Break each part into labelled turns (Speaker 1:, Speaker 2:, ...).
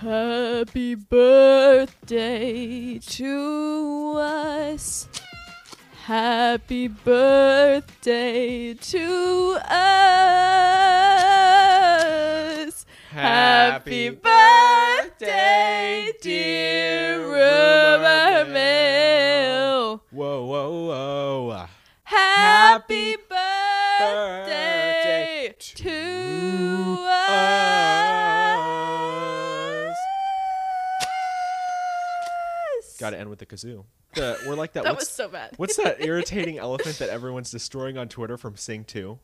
Speaker 1: Happy birthday to us. Happy birthday to us. Happy birthday, dear Rumor Mill.
Speaker 2: Whoa, whoa, whoa.
Speaker 1: Happy
Speaker 2: Happy
Speaker 1: birthday
Speaker 2: birthday
Speaker 1: to us.
Speaker 2: us. Got to end with the kazoo. The, we're like that.
Speaker 1: That
Speaker 2: what's,
Speaker 1: was so bad.
Speaker 2: what's that irritating elephant that everyone's destroying on Twitter from Sing 2?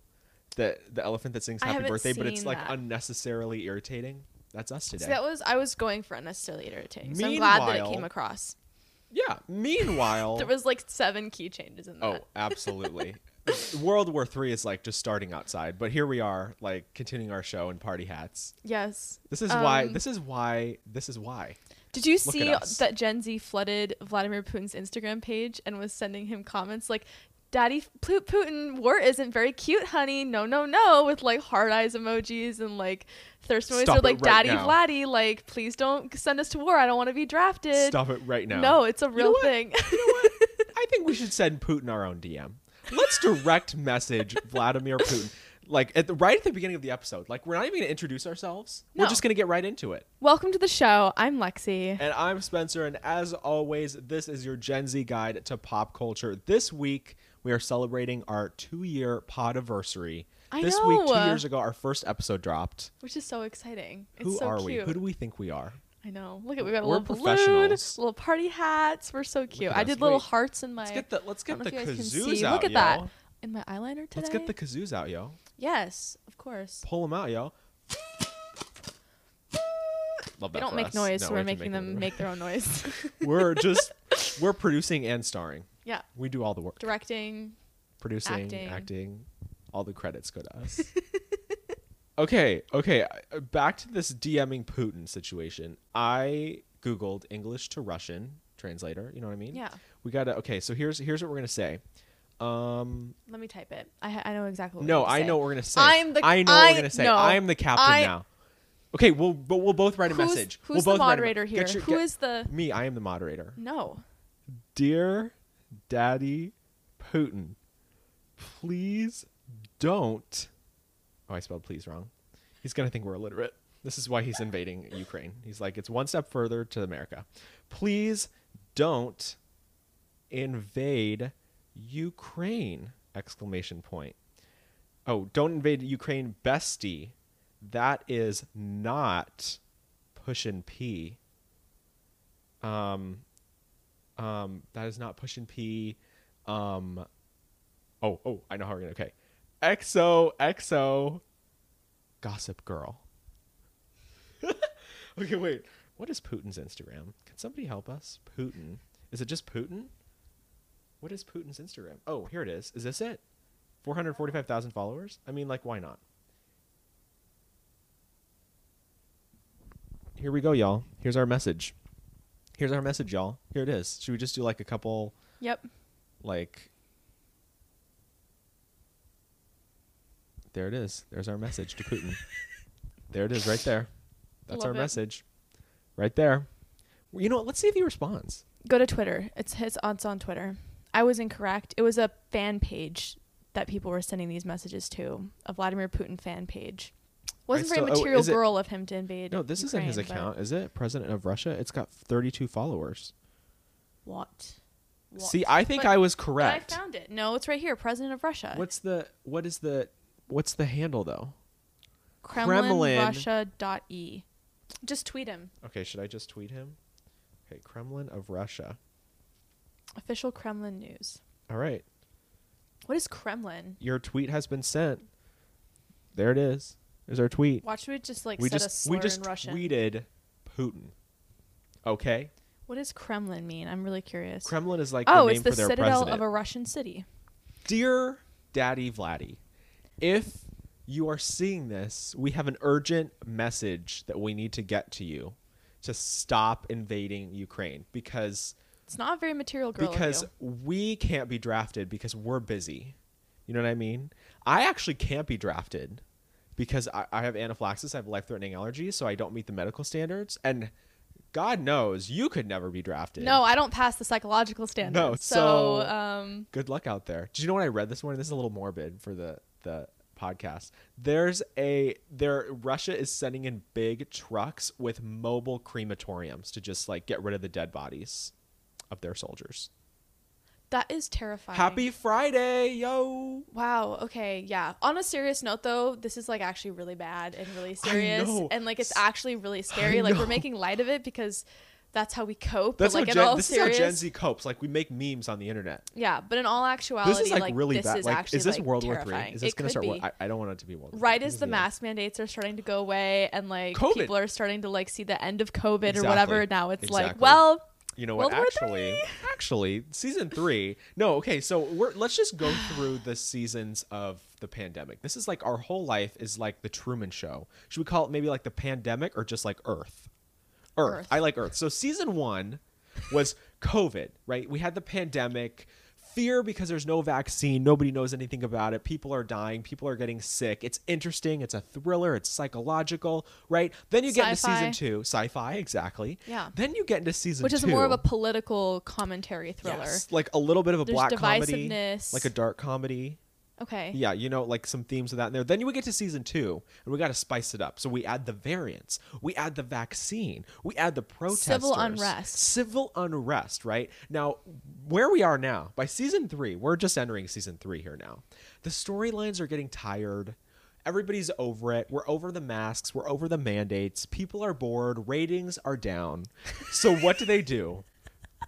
Speaker 2: The, the elephant that sings
Speaker 1: I
Speaker 2: Happy
Speaker 1: haven't
Speaker 2: Birthday, but it's
Speaker 1: seen
Speaker 2: like
Speaker 1: that.
Speaker 2: unnecessarily irritating. That's us today.
Speaker 1: So that was I was going for unnecessarily irritating. So I'm glad that it
Speaker 2: Meanwhile-
Speaker 1: came across.
Speaker 2: yeah. Meanwhile,
Speaker 1: There was like seven key changes in that.
Speaker 2: Oh, absolutely. World War Three is like just starting outside, but here we are, like continuing our show in party hats.
Speaker 1: Yes.
Speaker 2: This is why.
Speaker 1: Um,
Speaker 2: This is why. This is why.
Speaker 1: Did you
Speaker 2: Look at
Speaker 1: see
Speaker 2: us.
Speaker 1: that Gen Z flooded Vladimir Putin's Instagram page and was sending him comments like, "Daddy Pu- Putin, war isn't very cute, honey. No, no, no," with like heart eyes emojis and like thirst emojis.
Speaker 2: Stop
Speaker 1: Or
Speaker 2: it
Speaker 1: like,
Speaker 2: right
Speaker 1: "Daddy
Speaker 2: now."
Speaker 1: Vladdy, like, please don't send us to war. I don't want to be drafted."
Speaker 2: Stop it right now.
Speaker 1: No, it's a
Speaker 2: know
Speaker 1: real
Speaker 2: what?
Speaker 1: thing.
Speaker 2: I think we should send Putin our own DM. Let's direct message Vladimir Putin. Like at the, right at the beginning of the episode, like we're not even gonna introduce ourselves.
Speaker 1: No.
Speaker 2: We're just gonna get right into it.
Speaker 1: Welcome to the show. I'm Lexi.
Speaker 2: And I'm Spencer, and as always, this is your Gen Z guide to pop culture. This week, we are celebrating our two-year podiversary.
Speaker 1: I
Speaker 2: this week, two
Speaker 1: know.
Speaker 2: years ago, our first episode dropped.
Speaker 1: Which is so exciting. It's
Speaker 2: Who
Speaker 1: so
Speaker 2: are we?
Speaker 1: cute.
Speaker 2: Who do we think we are?
Speaker 1: I know. Look at we got a
Speaker 2: We're
Speaker 1: little balloon,
Speaker 2: professionals.
Speaker 1: little party hats. We're so cute.
Speaker 2: at
Speaker 1: I
Speaker 2: us.
Speaker 1: did little
Speaker 2: Wait.
Speaker 1: hearts in my.
Speaker 2: Let's get the let's
Speaker 1: I don't
Speaker 2: get the
Speaker 1: know if you guys can
Speaker 2: kazoos
Speaker 1: see.
Speaker 2: out,
Speaker 1: Look at
Speaker 2: yo.
Speaker 1: that in my eyeliner today.
Speaker 2: Let's get the kazoos out, yo.
Speaker 1: yes, of course.
Speaker 2: Pull them out, yo. Love that.
Speaker 1: They don't
Speaker 2: for
Speaker 1: make
Speaker 2: us.
Speaker 1: noise.
Speaker 2: No,
Speaker 1: so
Speaker 2: we
Speaker 1: we're
Speaker 2: have to
Speaker 1: making
Speaker 2: make
Speaker 1: them
Speaker 2: another-
Speaker 1: make their own noise.
Speaker 2: we're just we're producing and starring.
Speaker 1: yeah,
Speaker 2: We do all the work.
Speaker 1: directing.
Speaker 2: producing,
Speaker 1: Acting.
Speaker 2: acting. all the credits go to us. okay, okay. uh, Back to this DMing Putin situation. I googled English to Russian translator. You know what I mean?
Speaker 1: Yeah.
Speaker 2: We gotta. Okay, so here's here's what we're gonna say. Um,
Speaker 1: Let me type it. I ha- I know exactly. what
Speaker 2: no,
Speaker 1: we're gonna
Speaker 2: I
Speaker 1: say.
Speaker 2: know what we're gonna say.
Speaker 1: I'm the-
Speaker 2: I know what
Speaker 1: I-
Speaker 2: we're gonna say.
Speaker 1: no,
Speaker 2: I'm the captain
Speaker 1: I-
Speaker 2: now. Okay, we'll but we'll both write a
Speaker 1: who's,
Speaker 2: message.
Speaker 1: Who's
Speaker 2: we'll
Speaker 1: the
Speaker 2: both write a me-
Speaker 1: moderator here?
Speaker 2: Get
Speaker 1: Who
Speaker 2: your-
Speaker 1: is
Speaker 2: get-
Speaker 1: the?
Speaker 2: me? I am the moderator.
Speaker 1: No.
Speaker 2: Dear Daddy Putin, please don't. Oh, I spelled please wrong. He's going to think we're illiterate. This is why he's invading Ukraine. He's like, it's one step further to America. Please don't invade Ukraine! Exclamation point. Oh, don't invade Ukraine, bestie. That is not pushin' P. Um, um, that is not pushin' P. Um, oh, oh, I know how we're gonna. Okay, XO XO, Gossip Girl. okay, wait. What is Putin's Instagram? Can somebody help us? Putin. Is it just Putin? What is Putin's Instagram? Oh, here it is. Is this it? 445,000 followers? I mean, like, why not? Here we go, y'all. Here's our message. Here's our message, y'all. Here it is. Should we just do like a couple,
Speaker 1: Yep.
Speaker 2: like. There it is. There's our message to Putin. there it is, right there. That's
Speaker 1: Love
Speaker 2: our
Speaker 1: it.
Speaker 2: message. Right there. Well, you know what? Let's see if he responds.
Speaker 1: Go to Twitter. It's his. It's on Twitter. I was incorrect. It was a fan page that people were sending these messages to. A Vladimir Putin fan page. Wasn't
Speaker 2: Right,
Speaker 1: very
Speaker 2: so- oh,
Speaker 1: material
Speaker 2: is it-
Speaker 1: girl of him to invade.
Speaker 2: No, this isn't his
Speaker 1: Ukraine, but-
Speaker 2: account, is it? President of Russia. It's got 32 followers.
Speaker 1: What? What?
Speaker 2: See, I think
Speaker 1: But-
Speaker 2: I was
Speaker 1: but
Speaker 2: correct.
Speaker 1: I found it. No, it's right here. President of Russia.
Speaker 2: what's the what is the what's the handle though?
Speaker 1: Kremlin,
Speaker 2: Kremlin.
Speaker 1: Russia dot e. Just tweet him.
Speaker 2: Okay, should I just tweet him? Okay, Kremlin of Russia.
Speaker 1: Official Kremlin news.
Speaker 2: All right.
Speaker 1: What is Kremlin?
Speaker 2: Your tweet has been sent. There it is. There's our tweet.
Speaker 1: Watch we just like
Speaker 2: we
Speaker 1: said a
Speaker 2: just
Speaker 1: slur
Speaker 2: we just
Speaker 1: in Russian.
Speaker 2: tweeted Putin. Okay?
Speaker 1: What does Kremlin mean? I'm really curious.
Speaker 2: Kremlin is like
Speaker 1: oh,
Speaker 2: the name
Speaker 1: it's the
Speaker 2: for their
Speaker 1: citadel
Speaker 2: president.
Speaker 1: of a Russian city.
Speaker 2: Dear Daddy Vladdy, if you are seeing this, we have an urgent message that we need to get to you to stop invading Ukraine because
Speaker 1: It's not very material girl. of
Speaker 2: because
Speaker 1: you.
Speaker 2: we can't be drafted because we're busy. You know what I mean? I actually can't be drafted because I, I have anaphylaxis, I have life threatening allergies, so I don't meet the medical standards. And God knows you could never be drafted.
Speaker 1: No, I don't pass the psychological standard.
Speaker 2: No,
Speaker 1: so,
Speaker 2: so-
Speaker 1: um,
Speaker 2: Good luck out there. Did you know what I read this morning? This is a little morbid for the the podcast. There's a there Russia is sending in big trucks with mobile crematoriums to just like get rid of the dead bodies of their soldiers.
Speaker 1: that is terrifying.
Speaker 2: Happy Friday, yo.
Speaker 1: Wow. Okay. Yeah. On a serious note, though, this is like actually really bad and really serious,
Speaker 2: know.
Speaker 1: and like it's
Speaker 2: S-
Speaker 1: actually really scary. Like
Speaker 2: know.
Speaker 1: we're making light of it because that's how we cope.
Speaker 2: That's
Speaker 1: but like
Speaker 2: how
Speaker 1: in
Speaker 2: Gen,
Speaker 1: all
Speaker 2: this
Speaker 1: serious,
Speaker 2: is how Gen Z copes. Like we make memes on the internet.
Speaker 1: Yeah, but in all actuality,
Speaker 2: this is like, really
Speaker 1: Oh, this
Speaker 2: bad.
Speaker 1: is
Speaker 2: like,
Speaker 1: actually
Speaker 2: is this
Speaker 1: like,
Speaker 2: World War
Speaker 1: terrifying.
Speaker 2: Three? Is this
Speaker 1: It
Speaker 2: gonna
Speaker 1: could
Speaker 2: start? War-
Speaker 1: be.
Speaker 2: I, I don't want it to be World War
Speaker 1: right
Speaker 2: III.
Speaker 1: as
Speaker 2: This
Speaker 1: the
Speaker 2: is
Speaker 1: mask mandates are starting to go away and like
Speaker 2: COVID.
Speaker 1: people are starting to like see the end of COVID
Speaker 2: Exactly.
Speaker 1: or whatever, now it's like,
Speaker 2: Exactly.
Speaker 1: well,
Speaker 2: You know what?
Speaker 1: World War
Speaker 2: actually, actually, season three. No, okay. So we're let's just go through the seasons of the pandemic. This is like our whole life is like the Truman Show. Should we call it maybe like the pandemic or just like Earth? Earth.
Speaker 1: Earth.
Speaker 2: I like Earth. So season one was COVID, right? We had the pandemic. Fear because there's no vaccine. Nobody knows anything about it. People are dying. People are getting sick. It's interesting. It's a thriller. It's psychological, right? Then you get into
Speaker 1: Sci-fi.
Speaker 2: season two, sci fi, exactly.
Speaker 1: Yeah.
Speaker 2: Then you get into season
Speaker 1: which
Speaker 2: two,
Speaker 1: is more of a political commentary thriller.
Speaker 2: Yes, like a little bit of a
Speaker 1: There's
Speaker 2: black comedy,
Speaker 1: divisiveness.
Speaker 2: like a dark comedy.
Speaker 1: Okay.
Speaker 2: Yeah, you know, like some themes of that in there. Then we get to season two, and we got to spice it up. So we add the variants, we add the vaccine, we add the protesters,
Speaker 1: unrest.
Speaker 2: civil unrest. Right now, where we are now by season three, we're just entering season three here now. The storylines are getting tired. Everybody's over it. We're over the masks. We're over the mandates. People are bored. Ratings are down. So what do they do?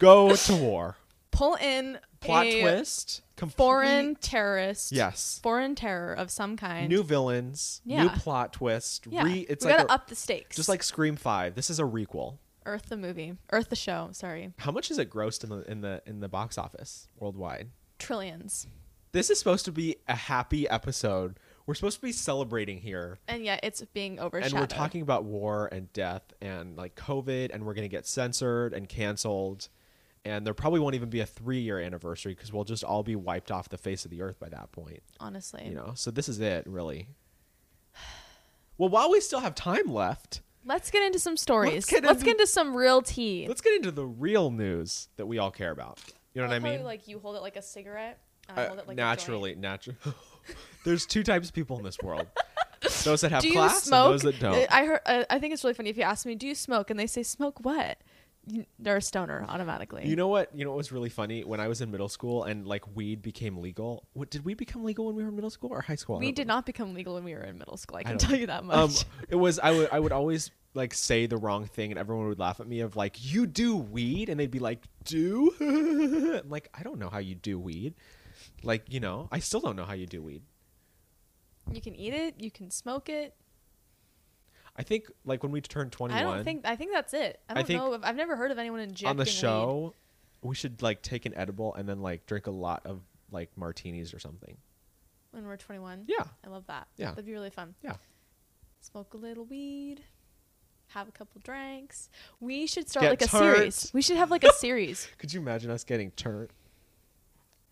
Speaker 2: Go to war
Speaker 1: Pull in
Speaker 2: plot
Speaker 1: a
Speaker 2: twist, complete-
Speaker 1: foreign terrorist.
Speaker 2: Yes.
Speaker 1: Foreign terror of some kind.
Speaker 2: new villains, new
Speaker 1: Yeah.
Speaker 2: plot twist.
Speaker 1: yeah.
Speaker 2: Re, it's
Speaker 1: we
Speaker 2: like
Speaker 1: gotta
Speaker 2: a-
Speaker 1: up the stakes.
Speaker 2: just like Scream Five. This is a requel.
Speaker 1: Earth the movie, Earth the show. Sorry,
Speaker 2: How much is it grossed in the in the in the box office worldwide?
Speaker 1: trillions.
Speaker 2: This is supposed to be a happy episode. We're supposed to be celebrating here.
Speaker 1: And yet it's being overshadowed.
Speaker 2: And we're talking about war and death and like COVID, and we're going to get censored and canceled. And there probably won't even be a three year anniversary because we'll just all be wiped off the face of the earth by that point.
Speaker 1: honestly.
Speaker 2: you know so this is it really well while we still have time left
Speaker 1: Let's get into some stories. Let's
Speaker 2: Let's get
Speaker 1: get,
Speaker 2: into-
Speaker 1: into, some real tea.
Speaker 2: let's get into the real news that we all care about you know what i mean
Speaker 1: Like you hold it like a cigarette.
Speaker 2: Uh, naturally naturally there's two types of people in this world those that have
Speaker 1: do you
Speaker 2: class
Speaker 1: smoke?
Speaker 2: and those that don't
Speaker 1: I heard. Uh, I think it's really funny if you ask me, "Do you smoke?" and they say, "Smoke what?" You- They're a stoner automatically.
Speaker 2: you know what you know what was really funny when i was in middle school and like weed became legal what did we become legal when we were in middle school or high school I
Speaker 1: we
Speaker 2: don't
Speaker 1: did not become legal when we were in middle school. I can
Speaker 2: don't-
Speaker 1: tell you that
Speaker 2: Um,
Speaker 1: much.
Speaker 2: it was I would I would always like say the wrong thing and everyone would laugh at me of like you do weed and they'd be like do I'm like I don't know how you do weed like you know I still don't know how you do weed
Speaker 1: you can eat it. You can smoke it.
Speaker 2: I think like when we turned 21
Speaker 1: I don't think. I think that's it. I
Speaker 2: I
Speaker 1: don't
Speaker 2: think-
Speaker 1: know. If, I've never heard of anyone injecting
Speaker 2: on the
Speaker 1: weed.
Speaker 2: show we should like take an edible and then like drink a lot of like martinis or something
Speaker 1: when we're 21.
Speaker 2: yeah
Speaker 1: I love that.
Speaker 2: Yeah.
Speaker 1: That'd be really fun.
Speaker 2: Yeah.
Speaker 1: Smoke a little weed. Have a couple drinks. We should start
Speaker 2: Get
Speaker 1: like a
Speaker 2: turnt.
Speaker 1: series. We should have like a series.
Speaker 2: could you imagine us getting turned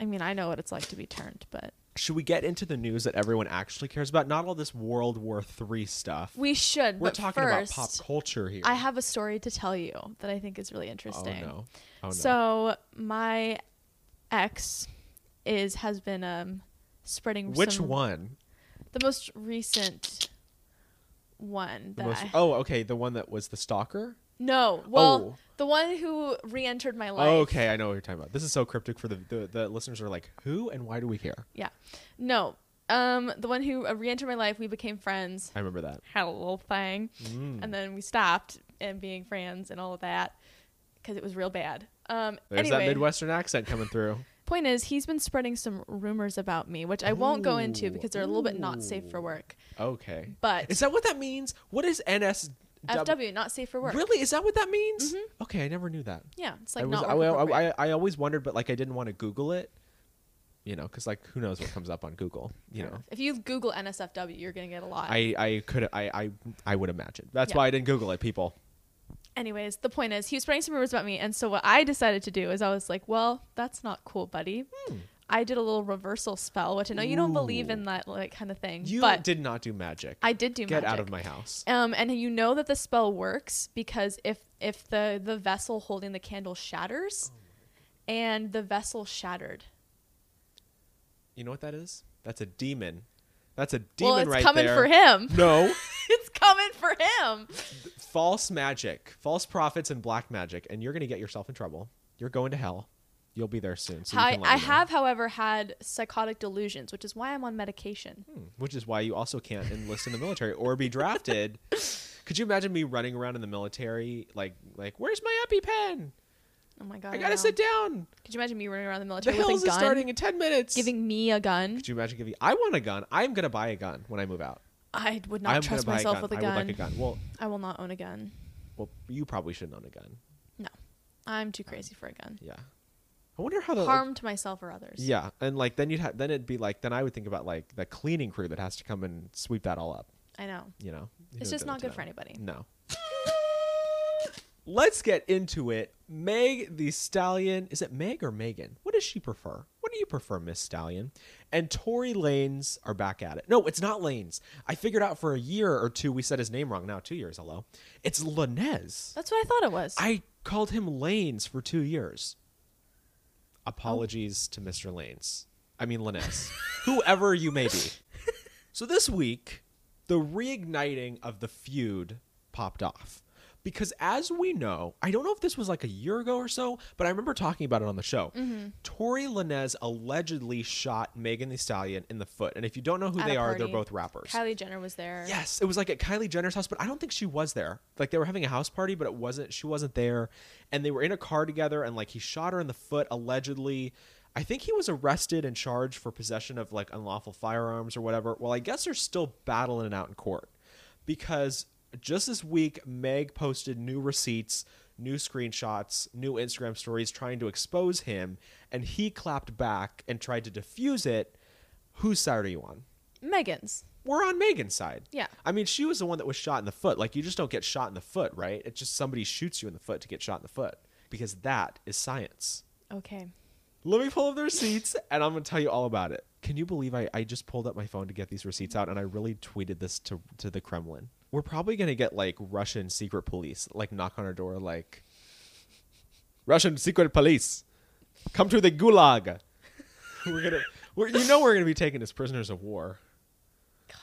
Speaker 1: I mean, I know what it's like to be turned, but
Speaker 2: should we get into the news that everyone actually cares about not all this World War 3 stuff
Speaker 1: we should.
Speaker 2: we're
Speaker 1: but
Speaker 2: talking
Speaker 1: first,
Speaker 2: about pop culture here
Speaker 1: I have a story to tell you that I think is really interesting.
Speaker 2: Oh no. Oh no.
Speaker 1: So my ex is has been um spreading
Speaker 2: which
Speaker 1: some-
Speaker 2: one?
Speaker 1: the most recent one
Speaker 2: The
Speaker 1: that
Speaker 2: most,
Speaker 1: I,
Speaker 2: oh, okay, the one that was the stalker?
Speaker 1: no well
Speaker 2: Oh.
Speaker 1: the one who re-entered my life
Speaker 2: Oh, okay, I know what you're talking about. This is so cryptic for the, the the listeners are like, "Who and why do we care?"
Speaker 1: Yeah. No. Um, the one who uh, re-entered my life, we became friends,
Speaker 2: I remember that.
Speaker 1: had a little thing,
Speaker 2: Mm.
Speaker 1: and then we stopped and being friends and all of that because it was real bad. Um,
Speaker 2: There's
Speaker 1: anyway,
Speaker 2: that Midwestern accent coming through.
Speaker 1: point is he's been spreading some rumors about me, which I won't go into because they're a little bit not safe for
Speaker 2: Ooh.
Speaker 1: work.
Speaker 2: Okay.
Speaker 1: But
Speaker 2: Is that what that means? What is NS
Speaker 1: FW, not safe for work.
Speaker 2: Really? Is that what that means? Okay, I never knew that.
Speaker 1: Yeah, it's like
Speaker 2: I was
Speaker 1: not
Speaker 2: I,
Speaker 1: work
Speaker 2: I,
Speaker 1: appropriate.
Speaker 2: I, I always wondered but like I didn't want to google it. You know, cuz like who knows what comes up on Google, you
Speaker 1: Fair
Speaker 2: know.
Speaker 1: enough. If you Google NSFW, you're gonna get a lot.
Speaker 2: I I could I I I would imagine. That's
Speaker 1: Yeah.
Speaker 2: why I didn't google it, people.
Speaker 1: Anyways, the
Speaker 2: Hmm.
Speaker 1: point is, he was spreading some rumors about me, and so what I decided to do is, I was like, "Well, that's not cool, buddy. I did a little reversal spell, which I know you don't believe in that like kind of thing.
Speaker 2: You
Speaker 1: but
Speaker 2: did not do magic.
Speaker 1: I did do
Speaker 2: Get
Speaker 1: magic.
Speaker 2: out of my house.
Speaker 1: Um, and you know that the spell works because if if the the vessel holding the candle shatters,
Speaker 2: Oh
Speaker 1: and the vessel shattered.
Speaker 2: You know what that is? That's a demon. That's a demon
Speaker 1: Well, it's
Speaker 2: right
Speaker 1: coming
Speaker 2: there.
Speaker 1: for him.
Speaker 2: No,
Speaker 1: it's coming for him.
Speaker 2: false magic, false prophets, and black magic, and you're gonna get yourself in trouble. You're going to hell. You'll be there soon. So you
Speaker 1: How-
Speaker 2: can let
Speaker 1: I
Speaker 2: me know.
Speaker 1: have, however, had psychotic delusions, which is why I'm on medication.
Speaker 2: Hmm, which is why you also can't enlist in the military or be drafted. Could you imagine me running around in the military like like where's my EpiPen?
Speaker 1: Oh my god!
Speaker 2: I gotta
Speaker 1: know.
Speaker 2: sit down.
Speaker 1: Could you imagine me running around the
Speaker 2: The
Speaker 1: military
Speaker 2: hills
Speaker 1: with a
Speaker 2: is
Speaker 1: gun,
Speaker 2: starting in ten minutes.
Speaker 1: giving me a gun?
Speaker 2: Could you imagine giving? I want a gun. I'm gonna buy a gun when I move out.
Speaker 1: I would not
Speaker 2: I'm
Speaker 1: trust
Speaker 2: gonna buy
Speaker 1: myself
Speaker 2: a gun.
Speaker 1: with a
Speaker 2: I
Speaker 1: gun.
Speaker 2: would like a gun. Well,
Speaker 1: I will not own a gun.
Speaker 2: well, you probably shouldn't own a gun.
Speaker 1: I'm too crazy for a gun.
Speaker 2: Yeah. I wonder how the
Speaker 1: Harm to myself or others.
Speaker 2: Oh, Yeah, and like then you'd ha- then it'd be like then I would think about like the cleaning crew that has to come and sweep that all up.
Speaker 1: I know.
Speaker 2: You know, You
Speaker 1: It's just
Speaker 2: don't do that Mm.
Speaker 1: not
Speaker 2: to
Speaker 1: good for
Speaker 2: them.
Speaker 1: anybody.
Speaker 2: No. Let's get into it. Meg the Stallion. Is it Meg or Megan? What does she prefer? What do you prefer, Miss Stallion? And Tory Lanes are back at it. No, it's not Lanes. I figured out for a year or two we said his name wrong. Now two years, hello. It's Lanez.
Speaker 1: That's what I thought it was.
Speaker 2: I called him Lanes for two years. Apologies to Mr. Lanes. I mean, Linus. Whoever you may be. So this week, the reigniting of the feud popped off. Because as we know, I don't know if this was like a year ago or so, but I remember talking about it on the show.
Speaker 1: Mm-hmm.
Speaker 2: Tori Lanez allegedly shot Megan Thee Stallion in the foot. And if you don't know who
Speaker 1: At a
Speaker 2: they are, they're
Speaker 1: party.
Speaker 2: both rappers.
Speaker 1: Kylie Jenner was there.
Speaker 2: Yes, it was like at Kylie Jenner's house, but I don't think she was there. Like they were having a house party, but it wasn't. She wasn't there, and they were in a car together, and like he shot her in the foot allegedly. I think he was arrested and charged for possession of like unlawful firearms or whatever. Well, I guess they're still battling it out in court because just this week, Meg posted new receipts, new screenshots, new Instagram stories trying to expose him, and he clapped back and tried to defuse it. Whose side are you on?
Speaker 1: Megan's.
Speaker 2: We're on Megan's side.
Speaker 1: Yeah.
Speaker 2: I mean, she was the one that was shot in the foot. Like, you just don't get shot in the foot, right? It's just somebody shoots you in the foot to get shot in the foot because that is science.
Speaker 1: Okay.
Speaker 2: Let me pull up the receipts and I'm going to tell you all about it. Can you believe I, I just pulled up my phone to get these receipts out and I really tweeted this to, to the Kremlin? We're probably going to get like Russian secret police, like knock on our door, like, Russian secret police, come to the gulag. we're going to, we're, you know, we're going to be taken as prisoners of war.
Speaker 1: God.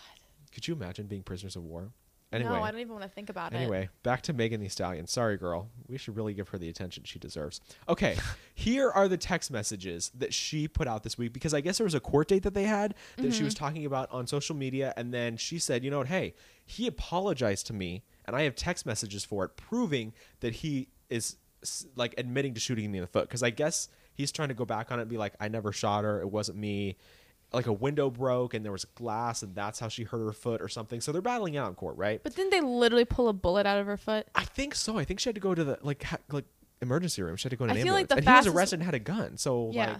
Speaker 2: Could you imagine being prisoners of war? Anyway,
Speaker 1: no, I don't even want to think about it.
Speaker 2: anyway, back to Megan the Stallion. Sorry, girl. We should really give her the attention she deserves. Okay, here are the text messages that she put out this week because I guess there was a court date that they had that she
Speaker 1: Mm-hmm.
Speaker 2: was talking about on social media, and then she said, "You know what? Hey, he apologized to me, and I have text messages for it proving that he is s- like admitting to shooting me in the foot." Because I guess he's trying to go back on it and be like, "I never shot her. It wasn't me." Like a window broke and there was glass, and that's how she hurt her foot or something. So they're battling out in court, right?
Speaker 1: But didn't they literally pull a bullet out of her foot?
Speaker 2: I think so. I think she had to go to the like ha- like emergency room. She had to go to an
Speaker 1: I feel
Speaker 2: ambulance.
Speaker 1: like the
Speaker 2: and he
Speaker 1: fastest-
Speaker 2: was arrested and had a gun. So
Speaker 1: yeah.
Speaker 2: like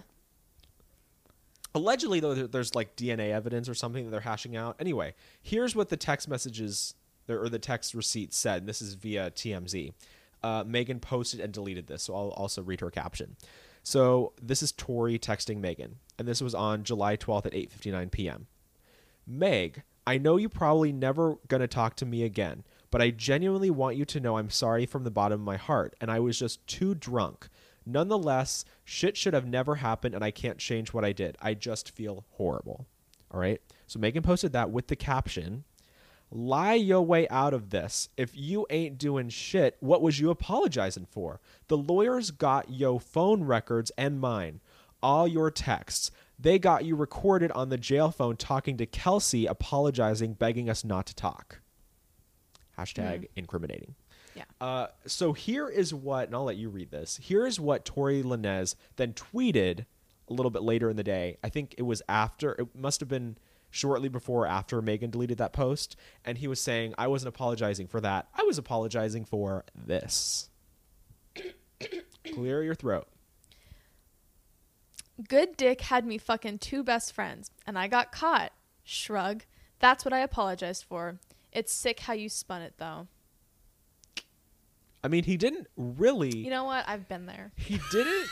Speaker 2: allegedly though there- there's like DNA evidence or something that they're hashing out. Anyway, here's what the text messages there or the text receipt said. and This is via TMZ. Uh, Megan posted and deleted this, so I'll also read her caption. So this is Tori texting Megan, and this was on July 12th at 8:59 p.m. Meg, I know you probably never gonna talk to me again, but I genuinely want you to know I'm sorry from the bottom of my heart, and I was just too drunk. Nonetheless, shit should have never happened, and I can't change what I did. I just feel horrible. All right. So Megan posted that with the caption, "Lie your way out of this. If you ain't doing shit, what was you apologizing for? The lawyers got yo phone records and mine, all your texts. They got you recorded on the jail phone talking to Kelsey, apologizing, begging us not to talk." Hashtag incriminating.
Speaker 1: Yeah.
Speaker 2: Uh, so here is what, and I'll let you read this. Here is what Tori Lanez then tweeted a little bit later in the day. I think it was after, it must have been shortly before or after Megan deleted that post. And he was saying, I wasn't apologizing for that. I was apologizing for this. Clear your throat.
Speaker 1: Good dick had me fucking two best friends, and I got caught. Shrug. That's what I apologized for. It's sick how you spun it, though.
Speaker 2: I mean, he didn't really.
Speaker 1: You know what? I've been there.
Speaker 2: He didn't.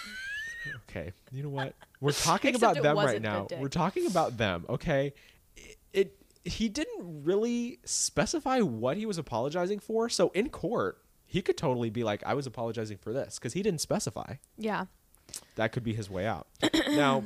Speaker 2: Okay. You know what? We're talking
Speaker 1: Except
Speaker 2: about
Speaker 1: it
Speaker 2: them right
Speaker 1: wasn't
Speaker 2: now.
Speaker 1: good dick.
Speaker 2: We're talking about them, okay? It, it he didn't really specify what he was apologizing for, so in court, he could totally be like I was apologizing for this cuz he didn't specify.
Speaker 1: Yeah.
Speaker 2: That could be his way out. now,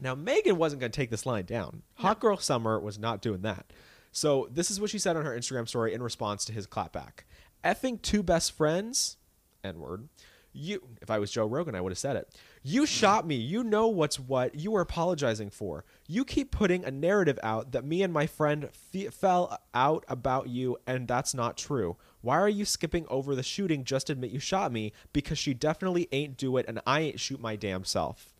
Speaker 2: now Megan wasn't going to take this line down. Hot Girl Summer was not doing that. So this is what she said on her Instagram story in response to his clapback. Effing two best friends, N word. You, if I was Joe Rogan, I would have said it. You shot me. You know what's what. You were apologizing for. You keep putting a narrative out that me and my friend fe- fell out about you, and that's not true. Why are you skipping over the shooting? Just admit you shot me because she definitely ain't do it, and I ain't shoot my damn self.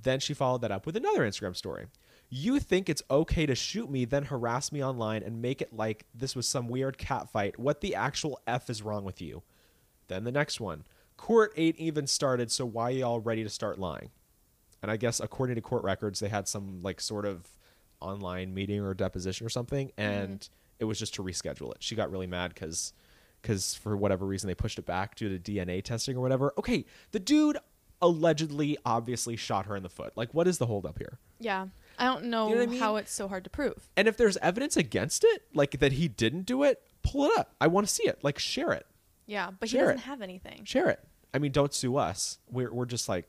Speaker 2: Then she followed that up with another Instagram story. You think it's okay to shoot me, then harass me online and make it like this was some weird catfight. What the actual F is wrong with you? Then the next one. Court ain't even started, so why y'all ready to start lying? And I guess according to court records, they had some like sort of online meeting or deposition or something, and it was just to reschedule it. She got really mad because because for whatever reason they pushed it back due to DNA testing or whatever. Okay, the dude allegedly, obviously shot her in the foot. Like, what is the holdup here?
Speaker 1: Yeah. I don't know,
Speaker 2: You know what I mean?
Speaker 1: how it's so hard to prove.
Speaker 2: And if there's evidence against it, like that he didn't do it, pull it up. I want to see it. Like, share it.
Speaker 1: Yeah, but
Speaker 2: Share
Speaker 1: he doesn't
Speaker 2: it.
Speaker 1: have anything.
Speaker 2: share it. I mean, don't sue us. We're we're just like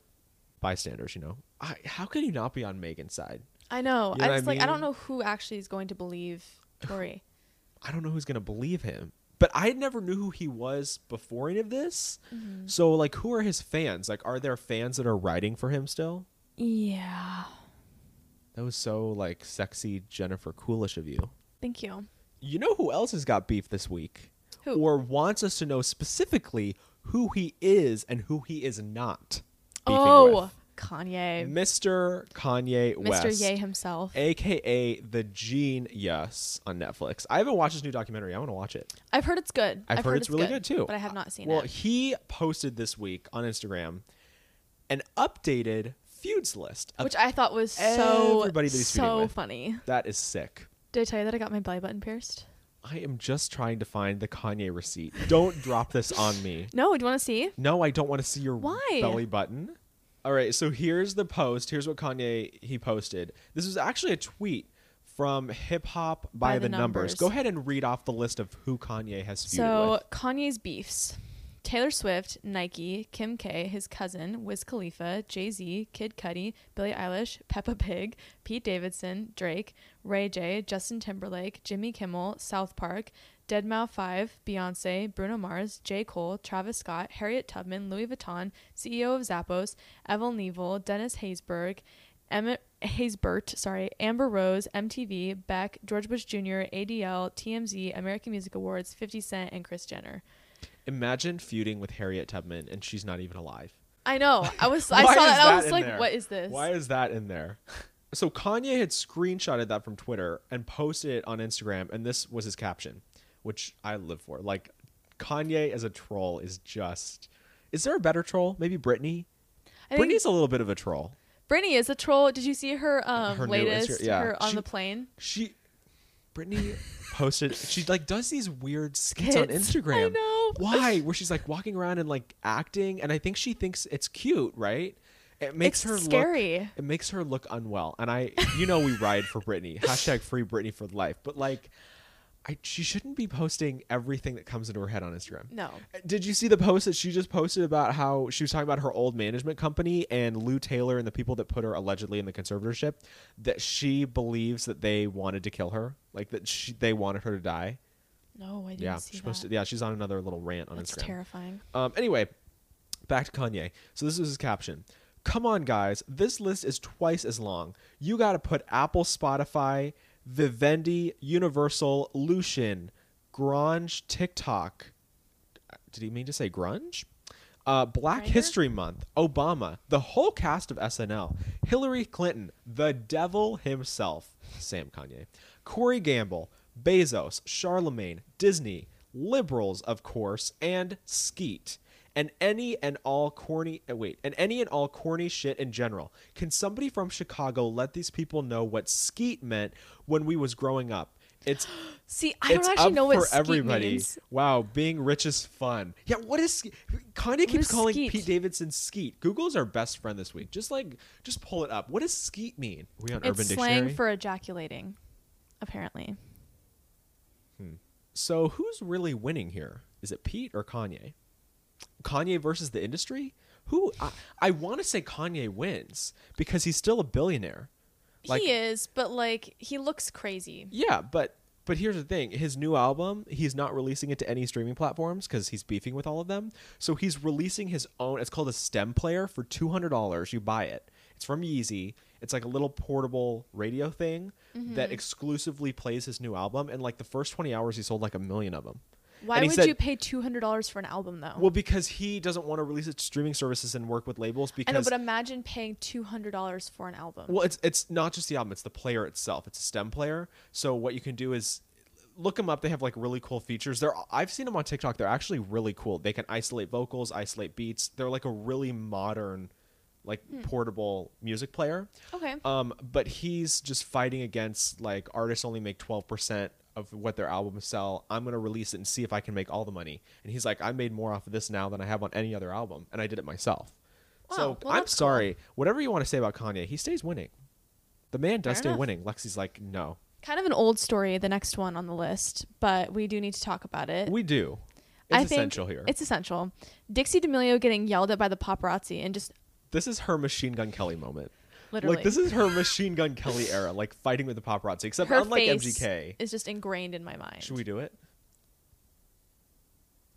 Speaker 2: bystanders, you know. I, how can you not be on Megan's side?
Speaker 1: I know.
Speaker 2: You know
Speaker 1: I
Speaker 2: what I
Speaker 1: just like I don't
Speaker 2: mean?
Speaker 1: know who actually is going to believe Tori.
Speaker 2: I don't know who's gonna believe him. But I never knew who he was before any of this.
Speaker 1: Mm-hmm.
Speaker 2: So like, who are his fans? Like, are there fans that are writing for him still?
Speaker 1: yeah.
Speaker 2: That was so like sexy, Jennifer Coolish of you.
Speaker 1: Thank you.
Speaker 2: You know who else has got beef this week?
Speaker 1: Who?
Speaker 2: Or wants us to know specifically who he is and who he is not. beefing
Speaker 1: oh,
Speaker 2: with.
Speaker 1: Kanye.
Speaker 2: Mr. Kanye West.
Speaker 1: Mr. Ye himself.
Speaker 2: aka the Gene Yes on Netflix. I haven't watched this new documentary. I want to watch it.
Speaker 1: I've heard it's good.
Speaker 2: I've, heard, it's, really good, too.
Speaker 1: But I have not seen
Speaker 2: well,
Speaker 1: it.
Speaker 2: he posted this week on Instagram an updated feuds list. of-
Speaker 1: Which I thought was so
Speaker 2: uh, everybody that he's feuding
Speaker 1: so
Speaker 2: with.
Speaker 1: funny.
Speaker 2: that is sick.
Speaker 1: Did I tell you that I got my belly button pierced?
Speaker 2: I am just trying to find the Kanye receipt. Don't drop this on me.
Speaker 1: No, do you want to see?
Speaker 2: No, I don't want to see your
Speaker 1: Why?
Speaker 2: belly button. All right, so here's the post. Here's what Kanye he posted. This was actually a tweet from Hip Hop by, the, numbers. Go ahead and read off the list of who Kanye has feuded
Speaker 1: So
Speaker 2: with.
Speaker 1: Kanye's beefs: Taylor Swift, Nike, Kim K, his cousin, Wiz Khalifa, Jay Z, Kid Cudi, Billie Eilish, Peppa Pig, Pete Davidson, Drake, Ray J, Justin Timberlake, Jimmy Kimmel, South Park, Deadmau5, Beyonce, Bruno Mars, J Cole, Travis Scott, Harriet Tubman, Louis Vuitton, CEO of Zappos, Evel Neville, Dennis Haysberg. Emmett Haysbert, sorry, Amber Rose, MTV, Beck, George Bush Jr., ADL, TMZ, American Music Awards, 50 Cent, and Chris Jenner.
Speaker 2: Imagine feuding with Harriet Tubman and she's not even alive.
Speaker 1: I know. I was. I
Speaker 2: Why
Speaker 1: saw
Speaker 2: is
Speaker 1: that.
Speaker 2: that
Speaker 1: I was
Speaker 2: in
Speaker 1: like,
Speaker 2: there?
Speaker 1: "What is this?"
Speaker 2: Why is that in there? So Kanye had screenshotted that from Twitter and posted it on Instagram, and this was his caption, which I live for. Like Kanye as a troll is just. Is there a better troll? Maybe Britney.
Speaker 1: I think
Speaker 2: Britney's a little bit of a troll.
Speaker 1: Brittany is a troll. Did you see her um
Speaker 2: Her new
Speaker 1: latest?
Speaker 2: Instagram- yeah.
Speaker 1: Her on
Speaker 2: She-
Speaker 1: the plane.
Speaker 2: She, Brittany, posted. She like does these weird skits on
Speaker 1: Skits.
Speaker 2: Instagram.
Speaker 1: I know.
Speaker 2: why. Where she's like walking around and like acting, and I think she thinks it's cute, right? It makes
Speaker 1: It's
Speaker 2: her Look,
Speaker 1: scary.
Speaker 2: it makes her look unwell, and I, you know, we ride for Brittany. Hashtag free Brittany for life. But like, I she shouldn't be posting everything that comes into her head on Instagram. Uh,
Speaker 1: No.
Speaker 2: Did you see the post that she just posted about how she was talking about her old management company and Lou Taylor and the people that put her allegedly in the conservatorship that she believes that they wanted to kill her, like that she, they wanted her to die.
Speaker 1: No, I didn't
Speaker 2: Yeah,
Speaker 1: see
Speaker 2: she
Speaker 1: that.
Speaker 2: posted. Yeah, she's on another little rant on
Speaker 1: That's
Speaker 2: Instagram.
Speaker 1: terrifying.
Speaker 2: Um, anyway, back to Kanye. So this was his caption. Come on, guys. This list is twice as long. You got to put Apple, Spotify, Vivendi, Universal, Lucian, Grunge, TikTok. Did he mean to say grunge? Uh, Black
Speaker 1: Grindr?
Speaker 2: History Month, Obama, the whole cast of SNL, Hillary Clinton, the devil himself, Sam Kanye, Corey Gamble, Bezos, Charlemagne, Disney, liberals, of course, and Skeet. And any and all corny uh, wait, and any and all corny shit in general. Can somebody from Chicago let these people know what skeet meant when we was growing up? It's
Speaker 1: See, I don't
Speaker 2: it's
Speaker 1: actually
Speaker 2: up
Speaker 1: know what
Speaker 2: for
Speaker 1: skeet
Speaker 2: everybody.
Speaker 1: means.
Speaker 2: Wow, being rich is fun. Yeah, what is ske- Kanye keeps
Speaker 1: is
Speaker 2: calling
Speaker 1: skeet?
Speaker 2: Pete Davidson skeet? Google's our best friend this week. Just like just pull it up. What does skeet mean? Are we on Urban
Speaker 1: It's slang
Speaker 2: Dictionary?
Speaker 1: for ejaculating, apparently.
Speaker 2: so who's really winning here? Is it Pete or Kanye? Kanye versus the industry? Who I, I want to say Kanye wins because he's still a billionaire. Like-
Speaker 1: he is, but like he looks crazy.
Speaker 2: Yeah, but but here's the thing: his new album, he's not releasing it to any streaming platforms because he's beefing with all of them. So he's releasing his own. It's called a stem player for two hundred dollars. You buy it. It's from Yeezy. It's like a little portable radio thing
Speaker 1: Mm-hmm.
Speaker 2: that exclusively plays his new album. And like the first twenty hours, he sold like a million of them.
Speaker 1: Why
Speaker 2: And he
Speaker 1: would
Speaker 2: said-
Speaker 1: you pay two hundred dollars for an album though?
Speaker 2: Well, because he doesn't want to release it to streaming services and work with labels
Speaker 1: I know,
Speaker 2: because
Speaker 1: but imagine paying two hundred dollars for an album.
Speaker 2: Well, it's it's not just the album; it's the player itself. It's a stem player. So what you can do is look them up. They have like really cool features. They're I've seen them on TikTok. They're actually really cool. They can isolate vocals, isolate beats. They're like a really modern, like portable music player.
Speaker 1: okay.
Speaker 2: Um, but he's just fighting against like artists only make twelve percent of what their albums sell. I'm gonna release it and see if I can make all the money. And he's like, I made more off of this now than I have on any other album, and I did it myself. so
Speaker 1: Wow, well,
Speaker 2: I'm
Speaker 1: that's cool.
Speaker 2: sorry. Whatever you want to say about Kanye, he stays winning. The man does
Speaker 1: Fair
Speaker 2: stay
Speaker 1: enough.
Speaker 2: winning. Lexi's like, no,
Speaker 1: Kind of an old story, the next one on the list, but we do need to talk about it.
Speaker 2: we do. It's
Speaker 1: I think
Speaker 2: essential here.
Speaker 1: It's essential. Dixie D'Amelio getting yelled at by the paparazzi and just
Speaker 2: this is her Machine Gun Kelly moment.
Speaker 1: literally
Speaker 2: Like this is her Machine Gun Kelly era, like fighting with the paparazzi. Except
Speaker 1: her
Speaker 2: unlike
Speaker 1: face
Speaker 2: MGK,
Speaker 1: is just ingrained in my mind.
Speaker 2: Should we do it?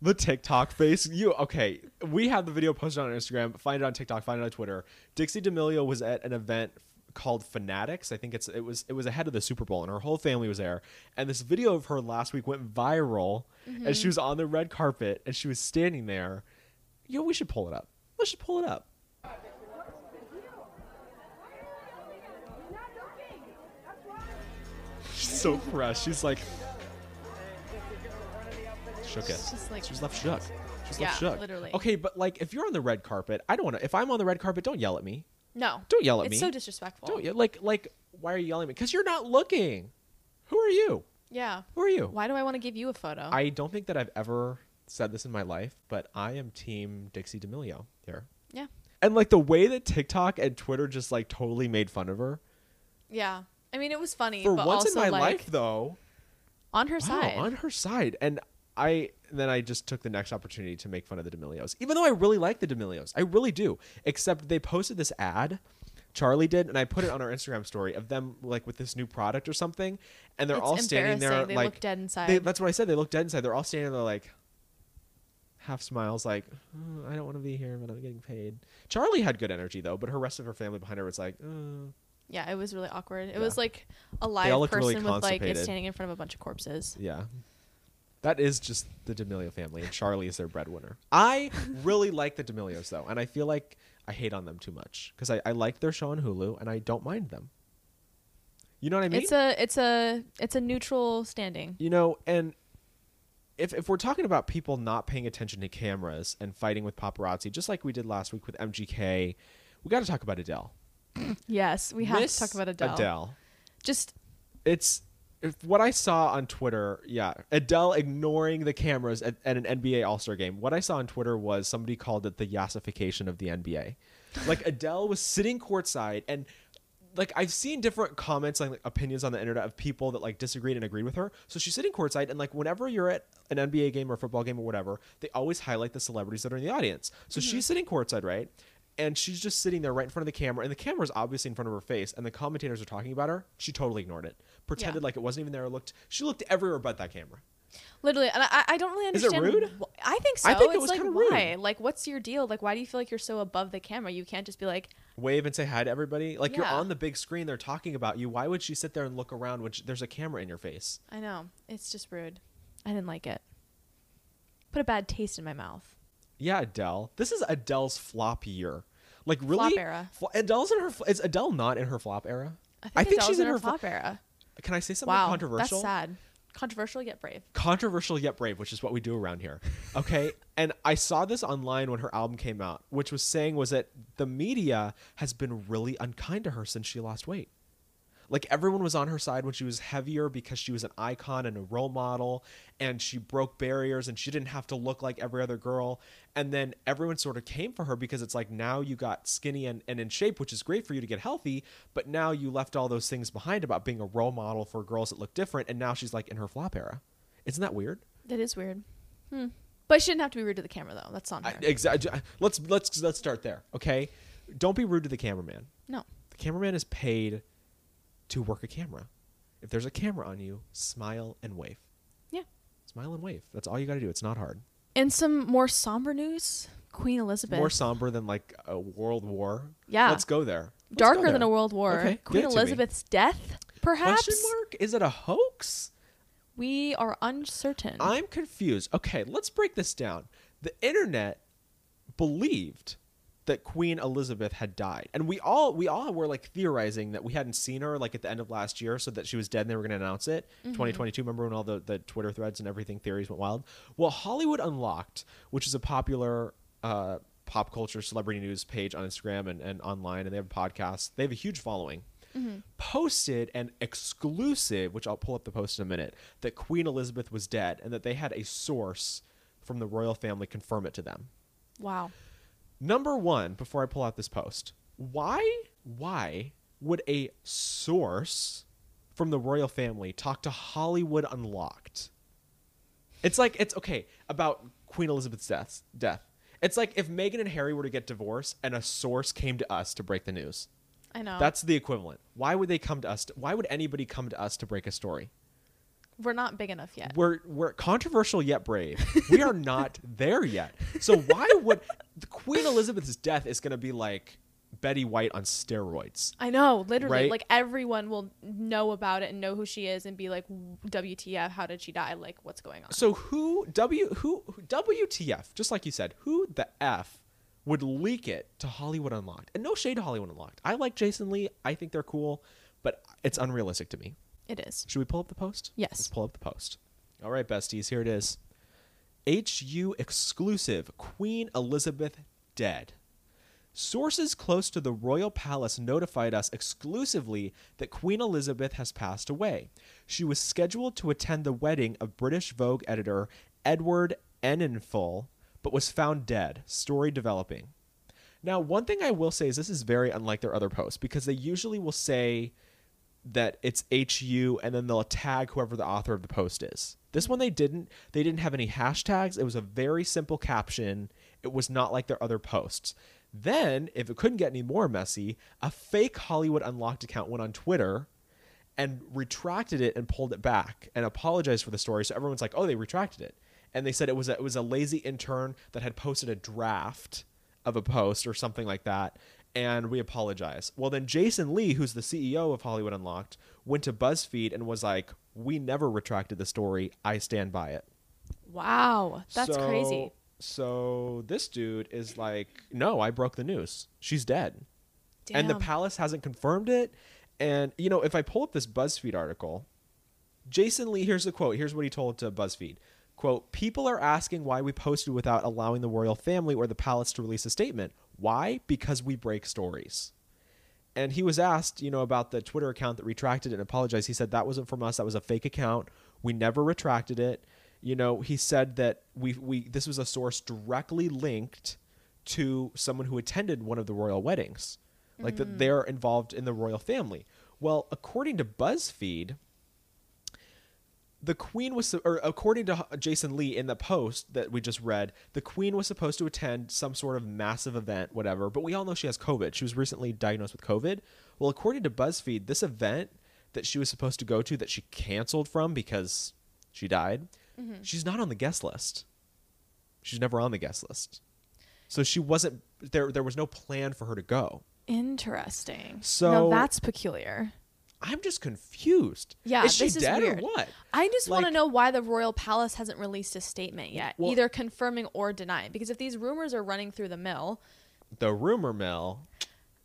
Speaker 2: The TikTok face. You okay? We have the video posted on Instagram. Find it on TikTok. Find it on Twitter. Dixie D'Amelio was at an event called Fanatics. I think it's it was it was ahead of the Super Bowl, and her whole family was there. And this video of her last week went viral, and she was on the red carpet, and she was standing there. You know, we should pull it up. Let's just pull it up. She's so fresh. She's like shook it.
Speaker 1: It's just like
Speaker 2: She was left shook. She was left
Speaker 1: Yeah,
Speaker 2: shook.
Speaker 1: literally.
Speaker 2: Okay, but like if you're on the red carpet, I don't want to. If I'm on the red carpet, don't yell at me.
Speaker 1: no.
Speaker 2: Don't yell at
Speaker 1: it's
Speaker 2: me.
Speaker 1: so disrespectful.
Speaker 2: Don't yell. Like like why are you yelling at me? Because you're not looking. Who are you?
Speaker 1: yeah.
Speaker 2: Who are you?
Speaker 1: Why do I want to give you a photo?
Speaker 2: I don't think that I've ever said this in my life, but I am Team Dixie D'Amelio here.
Speaker 1: yeah.
Speaker 2: And like the way that TikTok and Twitter just like totally made fun of her
Speaker 1: Yeah. I mean, it was funny,
Speaker 2: for
Speaker 1: but
Speaker 2: once in
Speaker 1: also
Speaker 2: my
Speaker 1: like
Speaker 2: life though.
Speaker 1: on her
Speaker 2: Wow,
Speaker 1: side.
Speaker 2: on her side. And I then I just took the next opportunity to make fun of the D'Amelios, even though I really like the D'Amelios, I really do. Except they posted this ad, Charlie did, and I put it on our Instagram story of them like with this new product or something, and they're
Speaker 1: It's
Speaker 2: all standing there
Speaker 1: embarrassing. They look
Speaker 2: like
Speaker 1: dead inside.
Speaker 2: they- that's what I said. They look dead inside. They're all standing there like half smiles, like "Uh, I don't want to be here, but I'm getting paid. Charlie had good energy though, but her rest of her family behind her was like. Uh.
Speaker 1: yeah, it was really awkward. It
Speaker 2: Yeah.
Speaker 1: was like a live
Speaker 2: looked
Speaker 1: person
Speaker 2: really
Speaker 1: with like is
Speaker 2: constipated.
Speaker 1: standing in front of a bunch of corpses.
Speaker 2: Yeah. That is just the D'Amelio family, and Charlie is their breadwinner. I really like the D'Amelios, though, and I feel like I hate on them too much because I, I like their show on Hulu, and I don't mind them. You know what I mean?
Speaker 1: It's a it's a it's a neutral standing.
Speaker 2: you know, and if, if we're talking about people not paying attention to cameras and fighting with paparazzi, just like we did last week with MGK, we got to talk about Adele.
Speaker 1: Yes, we have
Speaker 2: Miss
Speaker 1: to talk about Adele.
Speaker 2: Adele.
Speaker 1: Just
Speaker 2: it's if what I saw on Twitter, yeah, Adele ignoring the cameras at, at an NBA All Star game. What I saw on Twitter was somebody called it the yassification of the NBA. Like Adele was sitting courtside, and like I've seen different comments and like, opinions on the internet of people that like disagreed and agreed with her. So she's sitting courtside, and like whenever you're at an NBA game or a football game or whatever, they always highlight the celebrities that are in the audience. So she's sitting courtside, right? And she's just sitting there right in front of the camera, and the camera's obviously in front of her face, and the commentators are talking about her. She totally ignored it, pretended like it wasn't even there. Looked, she looked everywhere but that camera.
Speaker 1: literally, and I, I don't really
Speaker 2: Is it
Speaker 1: understand.
Speaker 2: rude?
Speaker 1: wh- I think so.
Speaker 2: I think it
Speaker 1: it's
Speaker 2: was
Speaker 1: like
Speaker 2: kinda rude.
Speaker 1: why? Like, what's your deal? Like, why do you feel like you're so above the camera? You can't just be like,
Speaker 2: Wave and say hi to everybody. Like you're
Speaker 1: Yeah.
Speaker 2: on the big screen, they're talking about you. Why would she sit there and look around when sh there's a camera in your face?
Speaker 1: I know it's just rude. I didn't like it. Put a bad taste in my mouth.
Speaker 2: Yeah, Adele. This is Adele's flop year. Like really,
Speaker 1: Flop era.
Speaker 2: Fl- Adele's in her. Fl- is Adele not in her flop era?
Speaker 1: I think, Adele's in her flop era.
Speaker 2: fl- Can I say something
Speaker 1: Wow,
Speaker 2: controversial?
Speaker 1: that's sad. Controversial yet brave.
Speaker 2: Controversial yet brave, which is what we do around here. Okay, and I saw this online when her album came out, which was saying was that the media has been really unkind to her since she lost weight. Like everyone was on her side when she was heavier because she was an icon and a role model and she broke barriers and she didn't have to look like every other girl. And then everyone sort of came for her because it's like now you got skinny and, and in shape, which is great for you to get healthy, but now you left all those things behind about being a role model for girls that look different. And now she's like in her flop era. Isn't that weird?
Speaker 1: That is weird. Hmm. But she didn't have to be rude to the camera though. That's on her.
Speaker 2: Exactly. Let's let's let's start there. Okay, don't be rude to the cameraman.
Speaker 1: no.
Speaker 2: The cameraman is paid to work a camera. If there's a camera on you, smile and wave.
Speaker 1: Yeah.
Speaker 2: Smile and wave. That's all you got to do. It's not hard.
Speaker 1: And some more somber news. Queen Elizabeth.
Speaker 2: More somber than like a world war.
Speaker 1: Yeah.
Speaker 2: Let's go there. Let's go
Speaker 1: Darker
Speaker 2: there.
Speaker 1: than a world war.
Speaker 2: Okay, give
Speaker 1: Queen
Speaker 2: it to me.
Speaker 1: Elizabeth's death, perhaps?
Speaker 2: Question mark? Is it a hoax?
Speaker 1: We are uncertain.
Speaker 2: I'm confused. Okay, let's break this down. The internet believed that Queen Elizabeth had died, and we all we all were like theorizing that we hadn't seen her like at the end of last year, so that she was dead and they were going to announce it. 2022. Remember when all the the Twitter threads and everything theories went wild? Well, Hollywood Unlocked, which is a popular. Uh, pop culture celebrity news page on instagram and, and online and they have a podcast they have a huge following posted an exclusive, which I'll pull up the post in a minute, that Queen Elizabeth was dead and that they had a source from the royal family confirm it to them.
Speaker 1: wow.
Speaker 2: Number one, before I pull out this post, why, why would a source from the royal family talk to Hollywood Unlocked? It's like it's okay about Queen Elizabeth's death. Death. It's like if Meghan and Harry were to get divorced and a source came to us to break the news.
Speaker 1: I know.
Speaker 2: That's the equivalent. Why would they come to us? To, why would anybody come to us to break a story?
Speaker 1: We're not big enough yet.
Speaker 2: We're we're controversial yet brave. We are not there yet. So why would the Queen Elizabeth's death is going to be like Betty White on steroids?
Speaker 1: I know, literally.
Speaker 2: Right?
Speaker 1: Like everyone will know about it and know who she is and be like, "WTF? How did she die? Like, what's going on?"
Speaker 2: So who w who who- WTF? Just like you said, who the f would leak it to Hollywood Unlocked? And no shade to Hollywood Unlocked. I like Jason Lee. I think they're cool, but it's unrealistic to me.
Speaker 1: It is.
Speaker 2: Should we pull up the post?
Speaker 1: Yes.
Speaker 2: Let's pull up the post. All right, besties, here it is. HU exclusive Queen Elizabeth dead. Sources close to the royal palace notified us exclusively that Queen Elizabeth has passed away. She was scheduled to attend the wedding of British Vogue editor Edward Enninful, but was found dead. Story developing. Now, one thing I will say is this is very unlike their other posts because they usually will say that it's HU and then they'll tag whoever the author of the post is. This one they didn't. They didn't have any hashtags. It was a very simple caption. It was not like their other posts. Then, if it couldn't get any more messy, a fake Hollywood Unlocked account went on Twitter and retracted it and pulled it back and apologized for the story. So everyone's like, "Oh, they retracted it," and they said it was a, it was a lazy intern that had posted a draft of a post or something like that, and we apologize. Well, then Jason Lee, who's the CEO of Hollywood Unlocked, went to BuzzFeed and was like, "We never retracted the story. I stand by it."
Speaker 1: Wow, that's
Speaker 2: So-
Speaker 1: crazy.
Speaker 2: So this dude is like, "No, I broke the news. She's dead." and the
Speaker 1: Damn.
Speaker 2: palace hasn't confirmed it and you know if i pull up this buzzfeed article jason lee here's the quote here's what he told to buzzfeed quote people are asking why we posted without allowing the royal family or the palace to release a statement why because we break stories and he was asked, you know, about the Twitter account that retracted it and apologized. He said that wasn't from us. That was a fake account. We never retracted it. You know, he said that we we this was a source directly linked to someone who attended one of the royal weddings, like that they're involved in the royal family. Well, according to BuzzFeed, the queen was or according to Jason Lee in the post that we just read, the queen was supposed to attend some sort of massive event, whatever. But we all know she has COVID. She was recently diagnosed with COVID. Well, according to BuzzFeed, this event that she was supposed to go to that she canceled from because she died,
Speaker 1: Mm-hmm.
Speaker 2: she's not on the guest list. She's never on the guest list. So she wasn't there there was no plan for her to go.
Speaker 1: Interesting.
Speaker 2: So-
Speaker 1: now that's peculiar.
Speaker 2: I'm just confused.
Speaker 1: Yeah,
Speaker 2: is she
Speaker 1: this is
Speaker 2: dead
Speaker 1: weird.
Speaker 2: or what?
Speaker 1: I just want to
Speaker 2: Like-
Speaker 1: know why the royal palace hasn't released a statement yet,
Speaker 2: Well-
Speaker 1: either confirming or denying. Because if these rumors are running through the mill,
Speaker 2: The rumor mill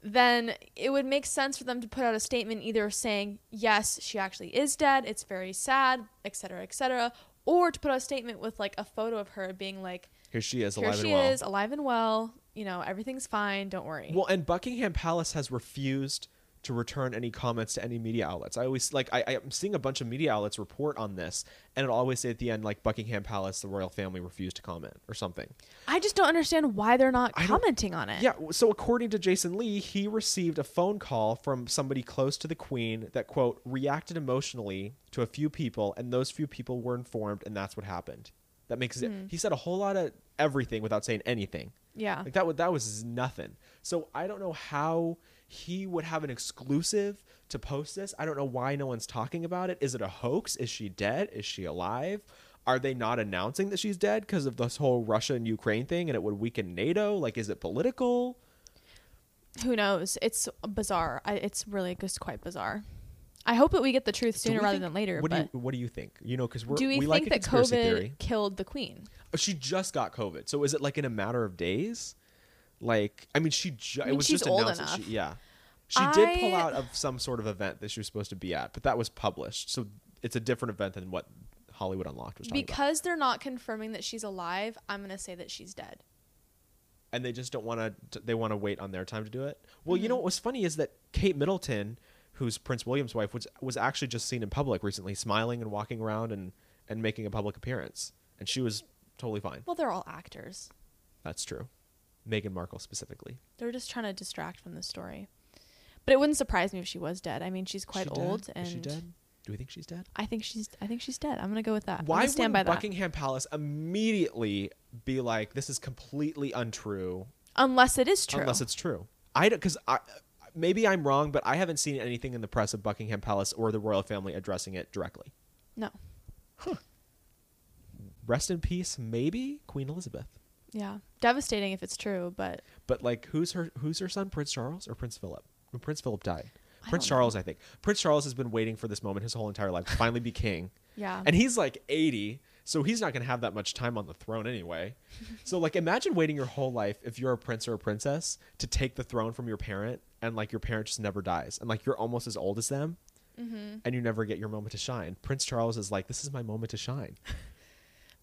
Speaker 1: then it would make sense for them to put out a statement either saying yes she actually is dead it's very sad etc etc or to put out a statement with like a photo of her being like
Speaker 2: Here she is,
Speaker 1: here
Speaker 2: alive
Speaker 1: she
Speaker 2: and well.
Speaker 1: is alive and well you know everything's fine don't worry
Speaker 2: Well, and Buckingham Palace has refused to return any comments to any media outlets. I always like I, I'm seeing a bunch of media outlets report on this, and it'll always say at the end like Buckingham Palace, the royal family refused to comment or something.
Speaker 1: I just don't understand why they're not
Speaker 2: I don't-
Speaker 1: commenting on it.
Speaker 2: Yeah, w- so according to Jason Lee, he received a phone call from somebody close to the Queen that, quote, reacted emotionally to a few people, and those few people were informed, and that's what happened. That makes it. He said a whole lot of everything without saying anything.
Speaker 1: Yeah.
Speaker 2: Like that, wa- that was nothing. So I don't know how he would have an exclusive to post this. I don't know why no one's talking about it. Is it a hoax? Is she dead? Is she alive? Are they not announcing that she's dead because of this whole Russia and Ukraine thing and it would weaken NATO? Like, is it political?
Speaker 1: Who knows? It's bizarre. I, it's really just quite bizarre. I hope that we get the truth
Speaker 2: Do we
Speaker 1: sooner rather
Speaker 2: think-
Speaker 1: than later.
Speaker 2: What do
Speaker 1: but
Speaker 2: you What do you think? You know, because we're
Speaker 1: do we,
Speaker 2: we
Speaker 1: think
Speaker 2: like a
Speaker 1: that COVID
Speaker 2: conspiracy theory.
Speaker 1: killed the queen?
Speaker 2: Oh, She just got COVID, so is it like in a matter of days? Like, I mean, she ju-
Speaker 1: I
Speaker 2: it
Speaker 1: mean,
Speaker 2: was
Speaker 1: she's
Speaker 2: just
Speaker 1: old
Speaker 2: announced. That
Speaker 1: enough.
Speaker 2: she, yeah, she did pull
Speaker 1: I-
Speaker 2: out of some sort of event that she was supposed to be at, but that was published, so it's a different event than what Hollywood Unlocked was talking about.
Speaker 1: Because they're not confirming that she's alive, I'm gonna say that she's dead.
Speaker 2: And they just don't want to. They want to wait on their time to do it. Well, you know
Speaker 1: Mm-hmm.
Speaker 2: what was funny is that Kate Middleton, who's Prince William's wife, was was actually just seen in public recently, smiling and walking around and and making a public appearance, and she was totally fine.
Speaker 1: Well, they're all actors.
Speaker 2: That's true. Meghan Markle specifically.
Speaker 1: They're just trying to distract from the story. But it wouldn't surprise me if she was dead. I mean, she's quite
Speaker 2: She dead?
Speaker 1: old, and
Speaker 2: Is she dead? Do we think she's dead?
Speaker 1: I think she's I think she's dead. I'm gonna go with that. I'm
Speaker 2: Why
Speaker 1: gonna stand by
Speaker 2: would
Speaker 1: that.
Speaker 2: Buckingham Palace immediately be like, "This is completely untrue,"
Speaker 1: Unless it is true.
Speaker 2: unless it's true? I don't because I maybe I'm wrong, but I haven't seen anything in the press of Buckingham Palace or the royal family addressing it directly.
Speaker 1: no.
Speaker 2: Rest in peace, maybe Queen Elizabeth.
Speaker 1: Yeah. Devastating if it's true, but
Speaker 2: But like, who's her who's her son, Prince Charles or Prince Philip? When Prince Philip died,
Speaker 1: I
Speaker 2: Prince
Speaker 1: don't know.
Speaker 2: Charles, I think. Prince Charles has been waiting for this moment his whole entire life to finally be king.
Speaker 1: yeah.
Speaker 2: and he's like 80 so he's not going to have that much time on the throne anyway so like imagine waiting your whole life if you're a prince or a princess to take the throne from your parent and like your parent just never dies and like you're almost as old as them and you never get your moment to shine prince charles is like this is my moment to shine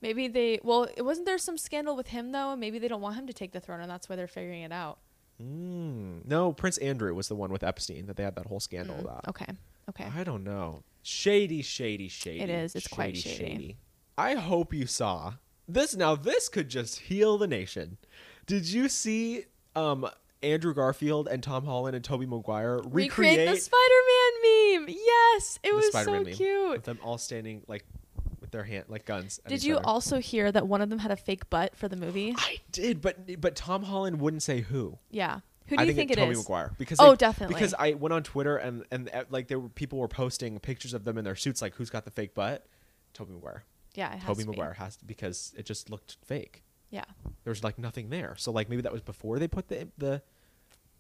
Speaker 1: Maybe they well, it wasn't there some scandal with him though, and maybe they don't want him to take the throne and that's why they're figuring it out.
Speaker 2: mm. no prince andrew was the one with epstein that they had that whole scandal about
Speaker 1: Okay. Okay.
Speaker 2: I don't know. Shady, shady, shady.
Speaker 1: It is. It's quite shady.
Speaker 2: I hope you saw this. Now this could just heal the nation. Did you see um Andrew Garfield and Tom Holland and Toby Maguire recreate,
Speaker 1: Recreate the Spider Man meme. Yes. It
Speaker 2: the
Speaker 1: was
Speaker 2: Spider-Man meme
Speaker 1: so cute.
Speaker 2: with them all standing like with their hand like guns? at
Speaker 1: Did
Speaker 2: each
Speaker 1: you
Speaker 2: other?
Speaker 1: also hear that one of them had a fake butt for the movie?
Speaker 2: I did, but but Tom Holland wouldn't say who.
Speaker 1: Yeah. Who do
Speaker 2: I
Speaker 1: you think,
Speaker 2: think, it's
Speaker 1: it
Speaker 2: Toby
Speaker 1: is?
Speaker 2: Maguire because
Speaker 1: Oh,
Speaker 2: I-
Speaker 1: definitely.
Speaker 2: because I went on Twitter and and uh, like there were people were posting pictures of them in their suits like who's got the fake butt, Toby Maguire.
Speaker 1: Yeah, it has
Speaker 2: Toby
Speaker 1: to be.
Speaker 2: Maguire has to because it just looked fake.
Speaker 1: Yeah.
Speaker 2: There was like nothing there. So like maybe that was before they put the the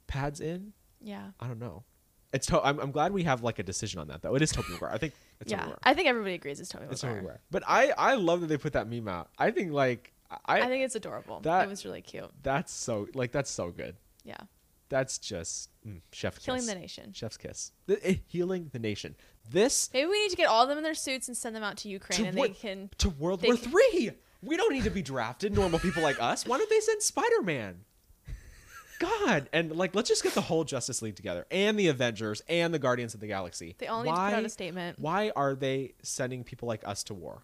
Speaker 2: pads in.
Speaker 1: Yeah.
Speaker 2: I don't know. It's to- I'm, I'm glad we have like a decision on that though. It is Toby Maguire. I think it's
Speaker 1: yeah.
Speaker 2: Toby Maguire.
Speaker 1: I think everybody agrees it's Toby
Speaker 2: It's Toby
Speaker 1: Maguire.
Speaker 2: Maguire. But I I love that they put that meme out. I think like I,
Speaker 1: I think it's adorable.
Speaker 2: that-
Speaker 1: it was really cute.
Speaker 2: that's so like that's so good.
Speaker 1: Yeah.
Speaker 2: That's just mm, chef
Speaker 1: Killing
Speaker 2: kiss.
Speaker 1: the nation.
Speaker 2: Chef's kiss. Th- eh, healing the nation. This
Speaker 1: Maybe we need to get all of them in their suits and send them out to Ukraine
Speaker 2: To
Speaker 1: and
Speaker 2: what-
Speaker 1: they can
Speaker 2: to World
Speaker 1: They
Speaker 2: War
Speaker 1: can-
Speaker 2: Three. We don't need to be drafted, normal people like us. Why don't they send Spider Man? God, and like, let's just get the whole Justice League together, and the Avengers, and the Guardians of the Galaxy.
Speaker 1: they all need to put out a statement.
Speaker 2: Why are they sending people like us to war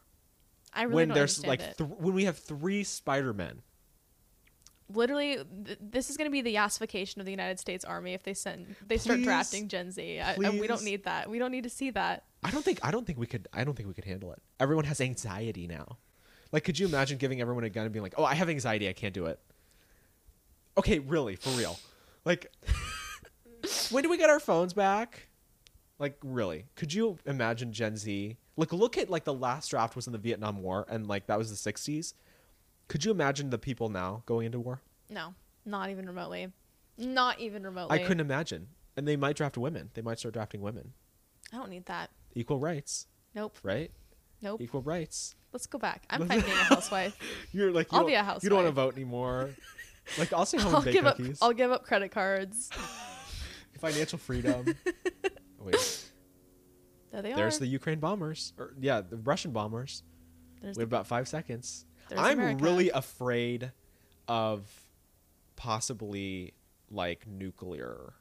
Speaker 1: I really
Speaker 2: when
Speaker 1: don't
Speaker 2: there's
Speaker 1: understand
Speaker 2: like
Speaker 1: it.
Speaker 2: th- when we have three Spider Men?
Speaker 1: Literally, th- this is going to be the yassification of the United States Army if they send they start
Speaker 2: Please.
Speaker 1: drafting Gen Z. I, and we
Speaker 2: Please.
Speaker 1: don't need that. We don't need to see that.
Speaker 2: I don't think I don't think we could I don't think we could handle it. Everyone has anxiety now. Like could you imagine giving everyone a gun and being like, "Oh, I have anxiety, I can't do it." Okay, really, for real. Like when do we get our phones back? Like really? Could you imagine Gen Z? Like look at like the last draft was in the Vietnam War and like that was the 60s. Could you imagine the people now going into war?
Speaker 1: No, not even remotely. Not even remotely.
Speaker 2: I couldn't imagine. And they might draft women. They might start drafting women.
Speaker 1: I don't need that.
Speaker 2: Equal rights,
Speaker 1: Nope.
Speaker 2: right?
Speaker 1: Nope.
Speaker 2: Equal rights.
Speaker 1: Let's go back. I'm fine being a housewife.
Speaker 2: You're like, you
Speaker 1: I'll
Speaker 2: don't-
Speaker 1: be a
Speaker 2: You don't
Speaker 1: housewife.
Speaker 2: want to vote anymore. like, I'll stay home
Speaker 1: I'll
Speaker 2: and bake
Speaker 1: give
Speaker 2: cookies.
Speaker 1: up. I'll give up credit cards.
Speaker 2: Financial freedom. Wait,
Speaker 1: There they
Speaker 2: there's
Speaker 1: are.
Speaker 2: the Ukraine bombers. Or, yeah, the Russian bombers.
Speaker 1: There's
Speaker 2: we have about five seconds.
Speaker 1: There's
Speaker 2: I'm
Speaker 1: America.
Speaker 2: really afraid of possibly like nuclear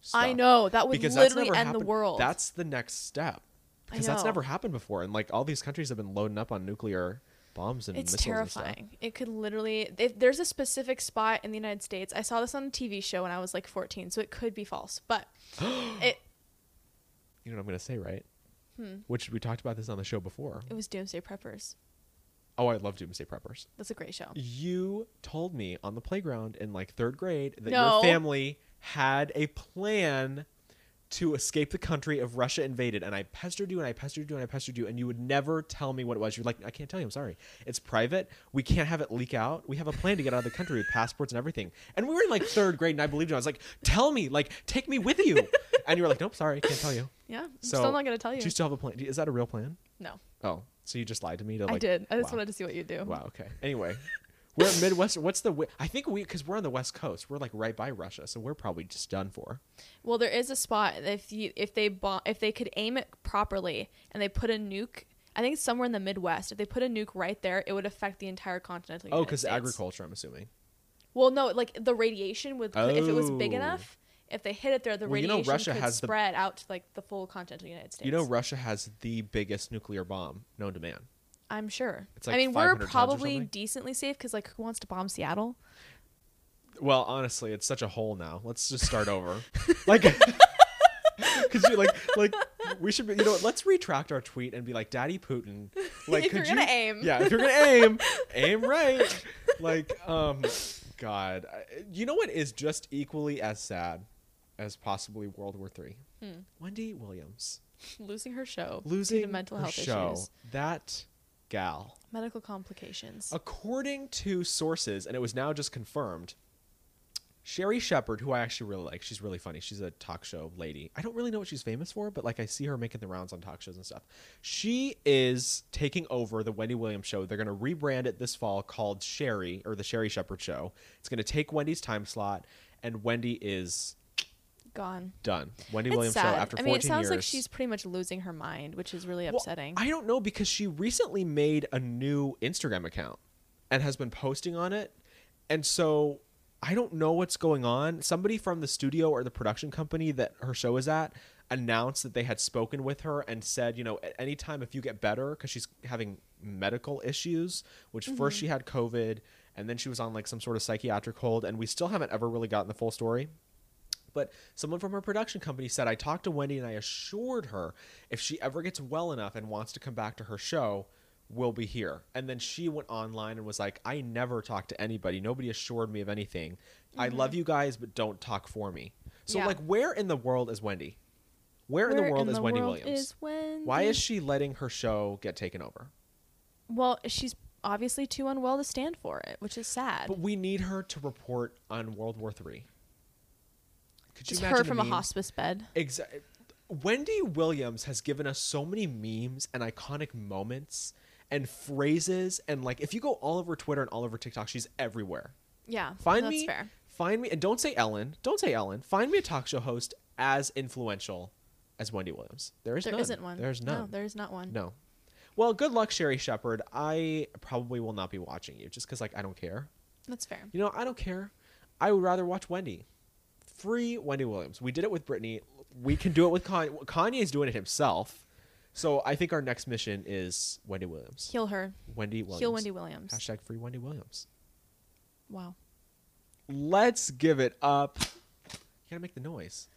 Speaker 2: stuff.
Speaker 1: I know that would
Speaker 2: because that's
Speaker 1: literally
Speaker 2: never
Speaker 1: end
Speaker 2: happened.
Speaker 1: the world.
Speaker 2: That's the next step.
Speaker 1: I
Speaker 2: Because that's
Speaker 1: know.
Speaker 2: never happened before, and like all these countries have been loading up on nuclear bombs and
Speaker 1: it's
Speaker 2: missiles and
Speaker 1: terrifying. It could literally. If there's a specific spot in the United States, I saw this on a TV show when I was like 14, so it could be false, but it
Speaker 2: stuff. You know what I'm gonna say, right?
Speaker 1: Hmm.
Speaker 2: Which we talked about this on the show before.
Speaker 1: it was Doomsday Preppers.
Speaker 2: Oh, I love Doomsday Preppers.
Speaker 1: That's a great show.
Speaker 2: You told me on the playground in like third grade that
Speaker 1: No.
Speaker 2: your family had a plan to escape the country if Russia invaded. And I pestered you and I pestered you and I pestered you, and you would never tell me what it was. You're like, I can't tell you. I'm sorry. It's private. We can't have it leak out. We have a plan to get out of the country with passports and everything. And we were in like third grade, and I believed you. I was like, tell me, like, take me with you. And you were like, nope, sorry, can't tell you.
Speaker 1: Yeah, I'm
Speaker 2: So,
Speaker 1: still not gonna tell you.
Speaker 2: Do you still have a plan? Is that a real plan?
Speaker 1: no,
Speaker 2: Oh, so you just lied to me to like.
Speaker 1: I did. I just
Speaker 2: wow.
Speaker 1: wanted to see what you do.
Speaker 2: Wow. Okay. Anyway, we're at Midwest. What's the? wi- I think we because we're on the West Coast. We're like right by Russia, so we're probably just done for.
Speaker 1: Well, there is a spot if you if they bo- if they could aim it properly and they put a nuke. I think it's somewhere in the Midwest. If they put a nuke right there, it would affect the entire continental.
Speaker 2: Oh,
Speaker 1: United
Speaker 2: because
Speaker 1: States.
Speaker 2: agriculture. I'm assuming.
Speaker 1: Well, no, like the radiation would if it was big
Speaker 2: Oh.
Speaker 1: enough. If they hit it there, the
Speaker 2: Well, you know
Speaker 1: radiation
Speaker 2: Russia
Speaker 1: could
Speaker 2: has the-
Speaker 1: spread out to like the full continental United States.
Speaker 2: You know, Russia has the biggest nuclear bomb known to man.
Speaker 1: I'm sure.
Speaker 2: It's like
Speaker 1: I mean,
Speaker 2: 500
Speaker 1: we're
Speaker 2: tons or
Speaker 1: probably
Speaker 2: something.
Speaker 1: decently safe because like who wants to bomb Seattle?
Speaker 2: Well, honestly, it's such a hole now. Let's just start over. like, because you like like we should be. You know, what, let's retract our tweet and be like, Daddy Putin. Like,
Speaker 1: If
Speaker 2: could
Speaker 1: you're gonna
Speaker 2: you-
Speaker 1: aim.
Speaker 2: yeah. If you're gonna aim, aim right. Like, um, God, I- you know what is just equally as sad as possibly World War Three.
Speaker 1: Hmm.
Speaker 2: Wendy Williams
Speaker 1: Losing her show,
Speaker 2: losing
Speaker 1: due to mental
Speaker 2: her
Speaker 1: health
Speaker 2: show.
Speaker 1: issues,
Speaker 2: That gal.
Speaker 1: medical complications.
Speaker 2: According to sources, and it was now just confirmed, Sherry Shepard, who I actually really like, she's really funny. She's a talk show lady. I don't really know what she's famous for, but like I see her making the rounds on talk shows and stuff. She is taking over the Wendy Williams show. They're going to rebrand it this fall called Sherry or the Sherry Shepard show. It's going to take Wendy's time slot, and Wendy is
Speaker 1: Gone.
Speaker 2: done. Wendy
Speaker 1: It's
Speaker 2: Williams
Speaker 1: sad.
Speaker 2: show after
Speaker 1: I
Speaker 2: 14
Speaker 1: mean, it sounds
Speaker 2: years.
Speaker 1: like she's pretty much losing her mind, which is really
Speaker 2: Well,
Speaker 1: upsetting.
Speaker 2: I don't know because she recently made a new Instagram account and has been posting on it. And so I don't know what's going on. Somebody from the studio or the production company that her show is at announced that they had spoken with her and said, you know, at any time if you get better, because she's having medical issues, which
Speaker 1: Mm-hmm.
Speaker 2: first she had COVID and then she was on like some sort of psychiatric hold. And we still haven't ever really gotten the full story. But someone from her production company said, I talked to Wendy and I assured her if she ever gets well enough and wants to come back to her show, we'll be here. And then she went online and was like, I never talked to anybody. Nobody assured me of anything. I love you guys, but don't talk for me. So,
Speaker 1: Mm-hmm. Yeah.
Speaker 2: like, where in the world is Wendy? Where, in the world is Wendy Williams?
Speaker 1: is Wendy?
Speaker 2: Why is she letting her show get taken over?
Speaker 1: Well, she's obviously too unwell to stand for it, which is sad.
Speaker 2: But we need her to report on World War III. Could
Speaker 1: Just
Speaker 2: imagine
Speaker 1: her
Speaker 2: the
Speaker 1: from a
Speaker 2: memes?
Speaker 1: hospice bed.
Speaker 2: Exactly. Wendy Williams has given us so many memes and iconic moments and phrases and like if you go all over Twitter and all over TikTok, she's everywhere.
Speaker 1: Yeah,
Speaker 2: Find
Speaker 1: that's
Speaker 2: me,
Speaker 1: fair.
Speaker 2: find me, and don't say Ellen. Don't say Ellen. Find me a talk show host as influential as Wendy Williams. There is
Speaker 1: There
Speaker 2: none.
Speaker 1: not one.
Speaker 2: There's none.
Speaker 1: No, there is not one.
Speaker 2: No. Well, good luck, Sherry Shepard. I probably will not be watching you just because like I don't care.
Speaker 1: That's fair.
Speaker 2: You know, I don't care. I would rather watch Wendy. Free Wendy Williams. We did it with Britney. We can do it with Kanye. Kanye's doing it himself. So I think our next mission is Wendy Williams.
Speaker 1: Heal her.
Speaker 2: Wendy Williams.
Speaker 1: Heal Wendy Williams.
Speaker 2: Hashtag free Wendy Williams.
Speaker 1: Wow.
Speaker 2: Let's give it up. You gotta make the noise.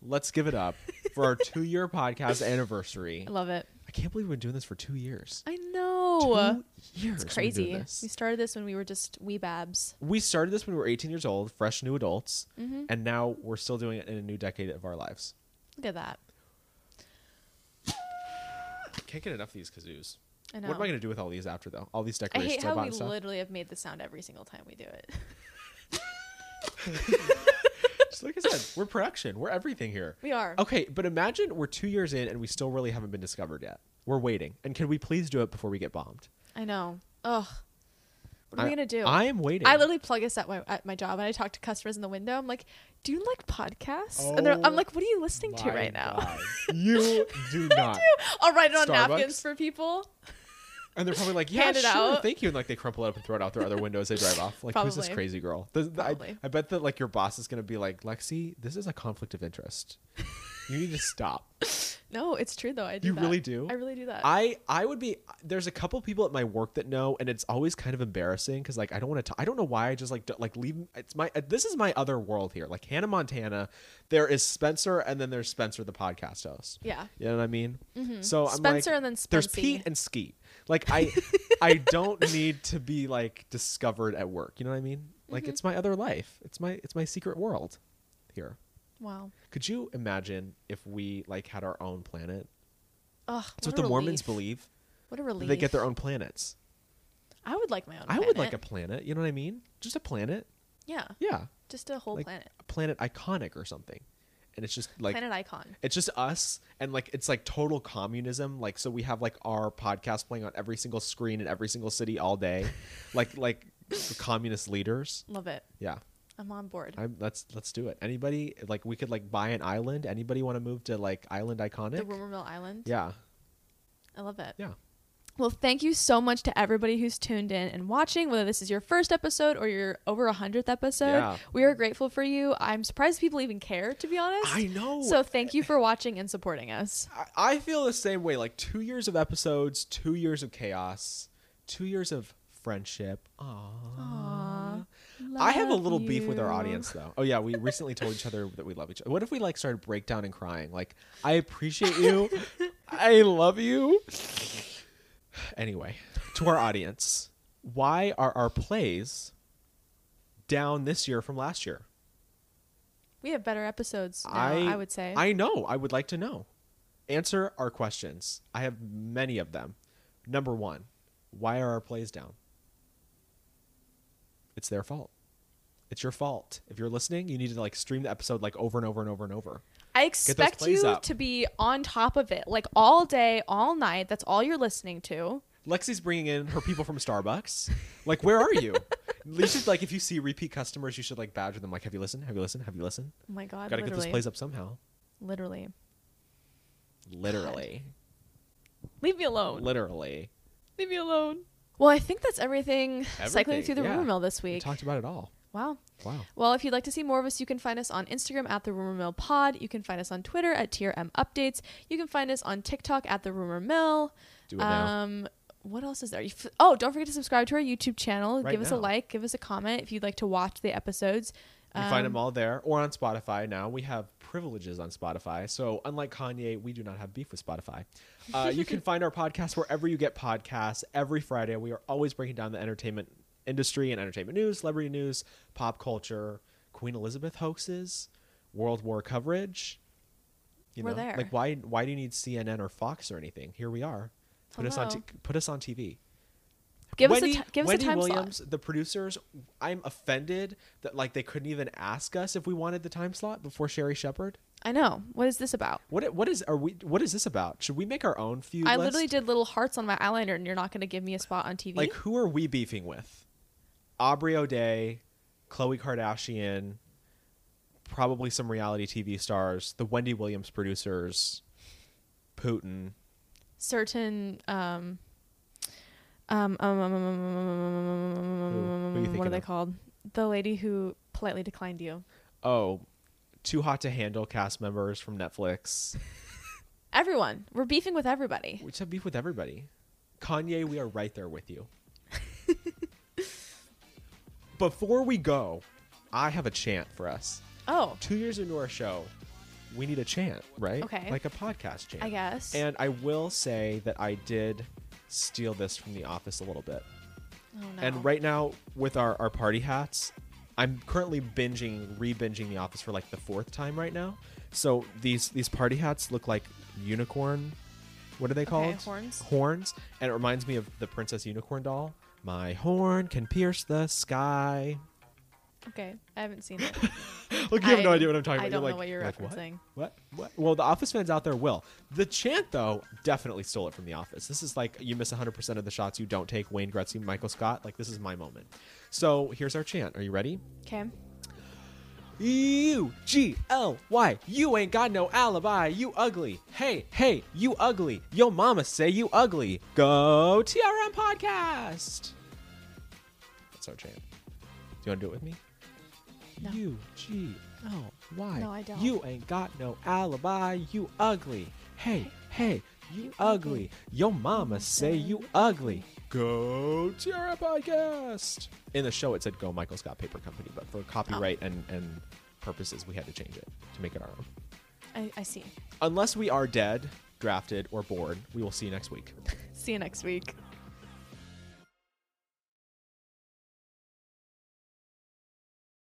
Speaker 2: Let's give it up for our two year podcast anniversary.
Speaker 1: I love it.
Speaker 2: I can't believe we've been doing this for two years.
Speaker 1: I know.
Speaker 2: two years.
Speaker 1: It's
Speaker 2: we've been doing
Speaker 1: crazy.
Speaker 2: this.
Speaker 1: We started this when we were just wee babs.
Speaker 2: we started this when we were 18 years old, fresh new adults,
Speaker 1: Mhm.
Speaker 2: and now we're still doing it in a new decade of our lives.
Speaker 1: Look at that.
Speaker 2: Can't get enough of these kazoos.
Speaker 1: I know.
Speaker 2: What am I going to do with all these after though? All these
Speaker 1: I
Speaker 2: decorations
Speaker 1: hate
Speaker 2: I
Speaker 1: how
Speaker 2: bought
Speaker 1: we
Speaker 2: and stuff.
Speaker 1: literally have made the sound every single time we do it.
Speaker 2: Just like I said, we're production. We're everything here.
Speaker 1: we are.
Speaker 2: Okay, but imagine we're two years in and we still really haven't been discovered yet. We're waiting. And can we please do it before we get bombed?
Speaker 1: I know. Ugh. What are we
Speaker 2: I-
Speaker 1: gonna do?
Speaker 2: I am waiting.
Speaker 1: I literally plug us at my at my job, and I talk to customers in the window. I'm like, "Do you like podcasts?" and they're,
Speaker 2: Oh
Speaker 1: I'm like, "What are you listening to
Speaker 2: My
Speaker 1: right now?"
Speaker 2: God. you do not.
Speaker 1: I'll write it on napkins
Speaker 2: Starbucks?
Speaker 1: for people.
Speaker 2: And they're probably like, yeah,
Speaker 1: Hand it
Speaker 2: sure,
Speaker 1: out."
Speaker 2: thank you. And like they crumple it up and throw it out their other windows. They drive off. Like, who's this
Speaker 1: Probably.
Speaker 2: crazy girl? This- I,
Speaker 1: Probably.
Speaker 2: I bet that like your boss is going to be like, Lexi, this is a conflict of interest. You need to stop.
Speaker 1: No, it's true though. I do.
Speaker 2: You
Speaker 1: that.
Speaker 2: really do?
Speaker 1: I really do that.
Speaker 2: I I would be there's a couple people at my work that know, and it's always kind of embarrassing because like I don't want to. I don't know why I just like don't, like leave. It's my uh, this is my other world here. Like Hannah Montana, there is Spencer, and then there's Spencer the podcast host.
Speaker 1: yeah.
Speaker 2: You know what I mean? So I'm
Speaker 1: Mm-hmm. Spencer
Speaker 2: like,
Speaker 1: and then
Speaker 2: there's
Speaker 1: Spency.
Speaker 2: Pete and Skeet. Like I I don't need to be like discovered at work. You know what I mean? Like
Speaker 1: Mm-hmm.
Speaker 2: it's my other life. It's my it's my secret world here.
Speaker 1: Wow.
Speaker 2: Could you imagine if we like had our own planet?
Speaker 1: Ugh.
Speaker 2: That's what the
Speaker 1: relief.
Speaker 2: Mormons believe.
Speaker 1: What a
Speaker 2: that
Speaker 1: relief.
Speaker 2: They get their own planets.
Speaker 1: I would like my own.
Speaker 2: I would like a
Speaker 1: planet.
Speaker 2: planet. You know what I mean? Just a planet.
Speaker 1: Yeah.
Speaker 2: Yeah,
Speaker 1: Just a whole
Speaker 2: like
Speaker 1: planet.
Speaker 2: a planet iconic or something. And it's just like
Speaker 1: planet icon.
Speaker 2: it's just us and like it's like total communism like so we have like our podcast playing on every single screen in every single city all day like like the communist leaders
Speaker 1: Love it.
Speaker 2: yeah
Speaker 1: I'm on board.
Speaker 2: I'm, let's let's do it anybody like we could like buy an island anybody want to move to like island
Speaker 1: the
Speaker 2: iconic
Speaker 1: Rumor Mill Island.
Speaker 2: yeah
Speaker 1: I love it.
Speaker 2: yeah
Speaker 1: Well, thank you so much to everybody who's tuned in and watching, whether this is your first episode or your over 100th episode.
Speaker 2: Yeah.
Speaker 1: We are grateful for you. I'm surprised people even care, to be honest.
Speaker 2: I know.
Speaker 1: So thank you for watching and supporting us.
Speaker 2: I, I feel the same way like two years of episodes two years of chaos two years of friendship Aww. I have a
Speaker 1: Love
Speaker 2: little beef with our
Speaker 1: you.
Speaker 2: audience, though. Oh yeah, we recently told each other that we love each other. What if we like started breakdown and crying? Like, I appreciate you, I love you. Anyway, to our audience, why are our plays down this year from last year?
Speaker 1: We have better episodes now, I,
Speaker 2: I
Speaker 1: would say.
Speaker 2: I know. I would like to know. Answer our questions. I have many of them. Number one, why are our plays down? It's their fault. It's your fault. If you're listening, you need to like stream the episode like over and over and over and over.
Speaker 1: I expect
Speaker 2: plays
Speaker 1: you
Speaker 2: up.
Speaker 1: to be on top of it, like all day, all night. That's all you're listening to. Oh
Speaker 2: Lexi's bringing in her people from Starbucks. Like, where are you? you should like if you see repeat customers, you should like badger them. Like, have you listened? Have you listened? Have you listened?
Speaker 1: Oh my God.
Speaker 2: Got to get
Speaker 1: literally.
Speaker 2: this plays up somehow.
Speaker 1: literally.
Speaker 2: Literally,
Speaker 1: Leave me alone.
Speaker 2: literally.
Speaker 1: Leave me alone. Well, I think that's everything, cycling
Speaker 2: Everything,
Speaker 1: through the
Speaker 2: yeah.
Speaker 1: rumor mill this
Speaker 2: We
Speaker 1: week.
Speaker 2: talked about it all.
Speaker 1: wow.
Speaker 2: Wow.
Speaker 1: Well, if you'd like to see more of us, you can find us on Instagram at the Rumor Mill Pod. You can find us on Twitter at TRM Updates. You can find us on TikTok at the Rumor Mill.
Speaker 2: Do it now.
Speaker 1: Um, what else is there? You f- oh, don't forget to subscribe to our YouTube channel.
Speaker 2: Right
Speaker 1: give us a
Speaker 2: now.
Speaker 1: like. Give us a comment if you'd like to watch the episodes.
Speaker 2: You can find
Speaker 1: Um,
Speaker 2: them all there or on Spotify now. We have privileges on Spotify. So, unlike Kanye, we do not have beef with Spotify. Uh, you can find our podcast wherever you get podcasts every Friday. We are always breaking down the entertainment industry and entertainment news, celebrity news, pop culture, Queen Elizabeth hoaxes, World War coverage. You
Speaker 1: We're
Speaker 2: know,
Speaker 1: there.
Speaker 2: like why why do you need CNN or Fox or anything? Here we are. Put us on
Speaker 1: Hello.
Speaker 2: t- put us on TV.
Speaker 1: Give
Speaker 2: Wendy,
Speaker 1: us a t- give
Speaker 2: Wendy
Speaker 1: us a time
Speaker 2: Williams,
Speaker 1: slot.
Speaker 2: the producers, I'm offended that like they couldn't even ask us if we wanted the time slot before Sherry Shepard.
Speaker 1: I know. What is this about?
Speaker 2: What what is are we what is this about? Should we make our own feud
Speaker 1: I
Speaker 2: list?
Speaker 1: literally did little hearts on my eyeliner, and you're not going to give me a spot on TV.
Speaker 2: like who are we beefing with? Aubrey O'Day, Khloe Kardashian, probably some reality TV stars, the Wendy Williams producers, Putin.
Speaker 1: certain um um um, um, um, um, um, um, um, what
Speaker 2: who you
Speaker 1: are
Speaker 2: thinking
Speaker 1: they
Speaker 2: of?
Speaker 1: called? The lady who politely declined you.
Speaker 2: Oh, too hot to handle cast members from Netflix.
Speaker 1: Everyone, we're beefing with everybody.
Speaker 2: We just have beef with everybody. Kanye, we are right there with you. Before we go, I have a chant for us.
Speaker 1: Oh,
Speaker 2: Two years into our show, we need a chant, right?
Speaker 1: Okay.
Speaker 2: Like a podcast chant.
Speaker 1: I guess.
Speaker 2: And I will say that I did steal this from The Office a little bit.
Speaker 1: oh, no.
Speaker 2: And right now, with our, our party hats, I'm currently binging, re-binging The Office for like the fourth time right now. So these these party hats look like unicorn. What are they called?
Speaker 1: horns.
Speaker 2: Horns. And it reminds me of the Princess Unicorn doll. My horn can pierce the sky.
Speaker 1: okay, I haven't seen it.
Speaker 2: Look, you have no
Speaker 1: I-
Speaker 2: idea what I'm talking
Speaker 1: I
Speaker 2: about.
Speaker 1: don't know
Speaker 2: like,
Speaker 1: what you're
Speaker 2: like,
Speaker 1: referencing.
Speaker 2: What? what? What? Well, the Office fans out there will. The chant, though, definitely stole it from The Office. This is like you miss 100% of the shots you don't take. Wayne Gretzky, Michael Scott. Like, this is my moment. So here's our chant. Are you ready?
Speaker 1: Okay.
Speaker 2: E U G L Y. You ain't got no alibi. You ugly. Hey, hey, you ugly. Yo mama say you ugly. Go TRM podcast. That's our chant. Do you want to do it with me? E
Speaker 1: No.
Speaker 2: U G L Y.
Speaker 1: No, I don't.
Speaker 2: You ain't got no alibi. You ugly. Hey, hey, you ugly. Yo mama say you ugly. Go TRM podcast. Oh. In the show, it said Go Michael Scott Paper Company, but for copyright and and purposes, we had to change it to make it our own.
Speaker 1: I, I see.
Speaker 2: Unless we are dead, drafted, or bored, we will see you next week.
Speaker 1: See you next week.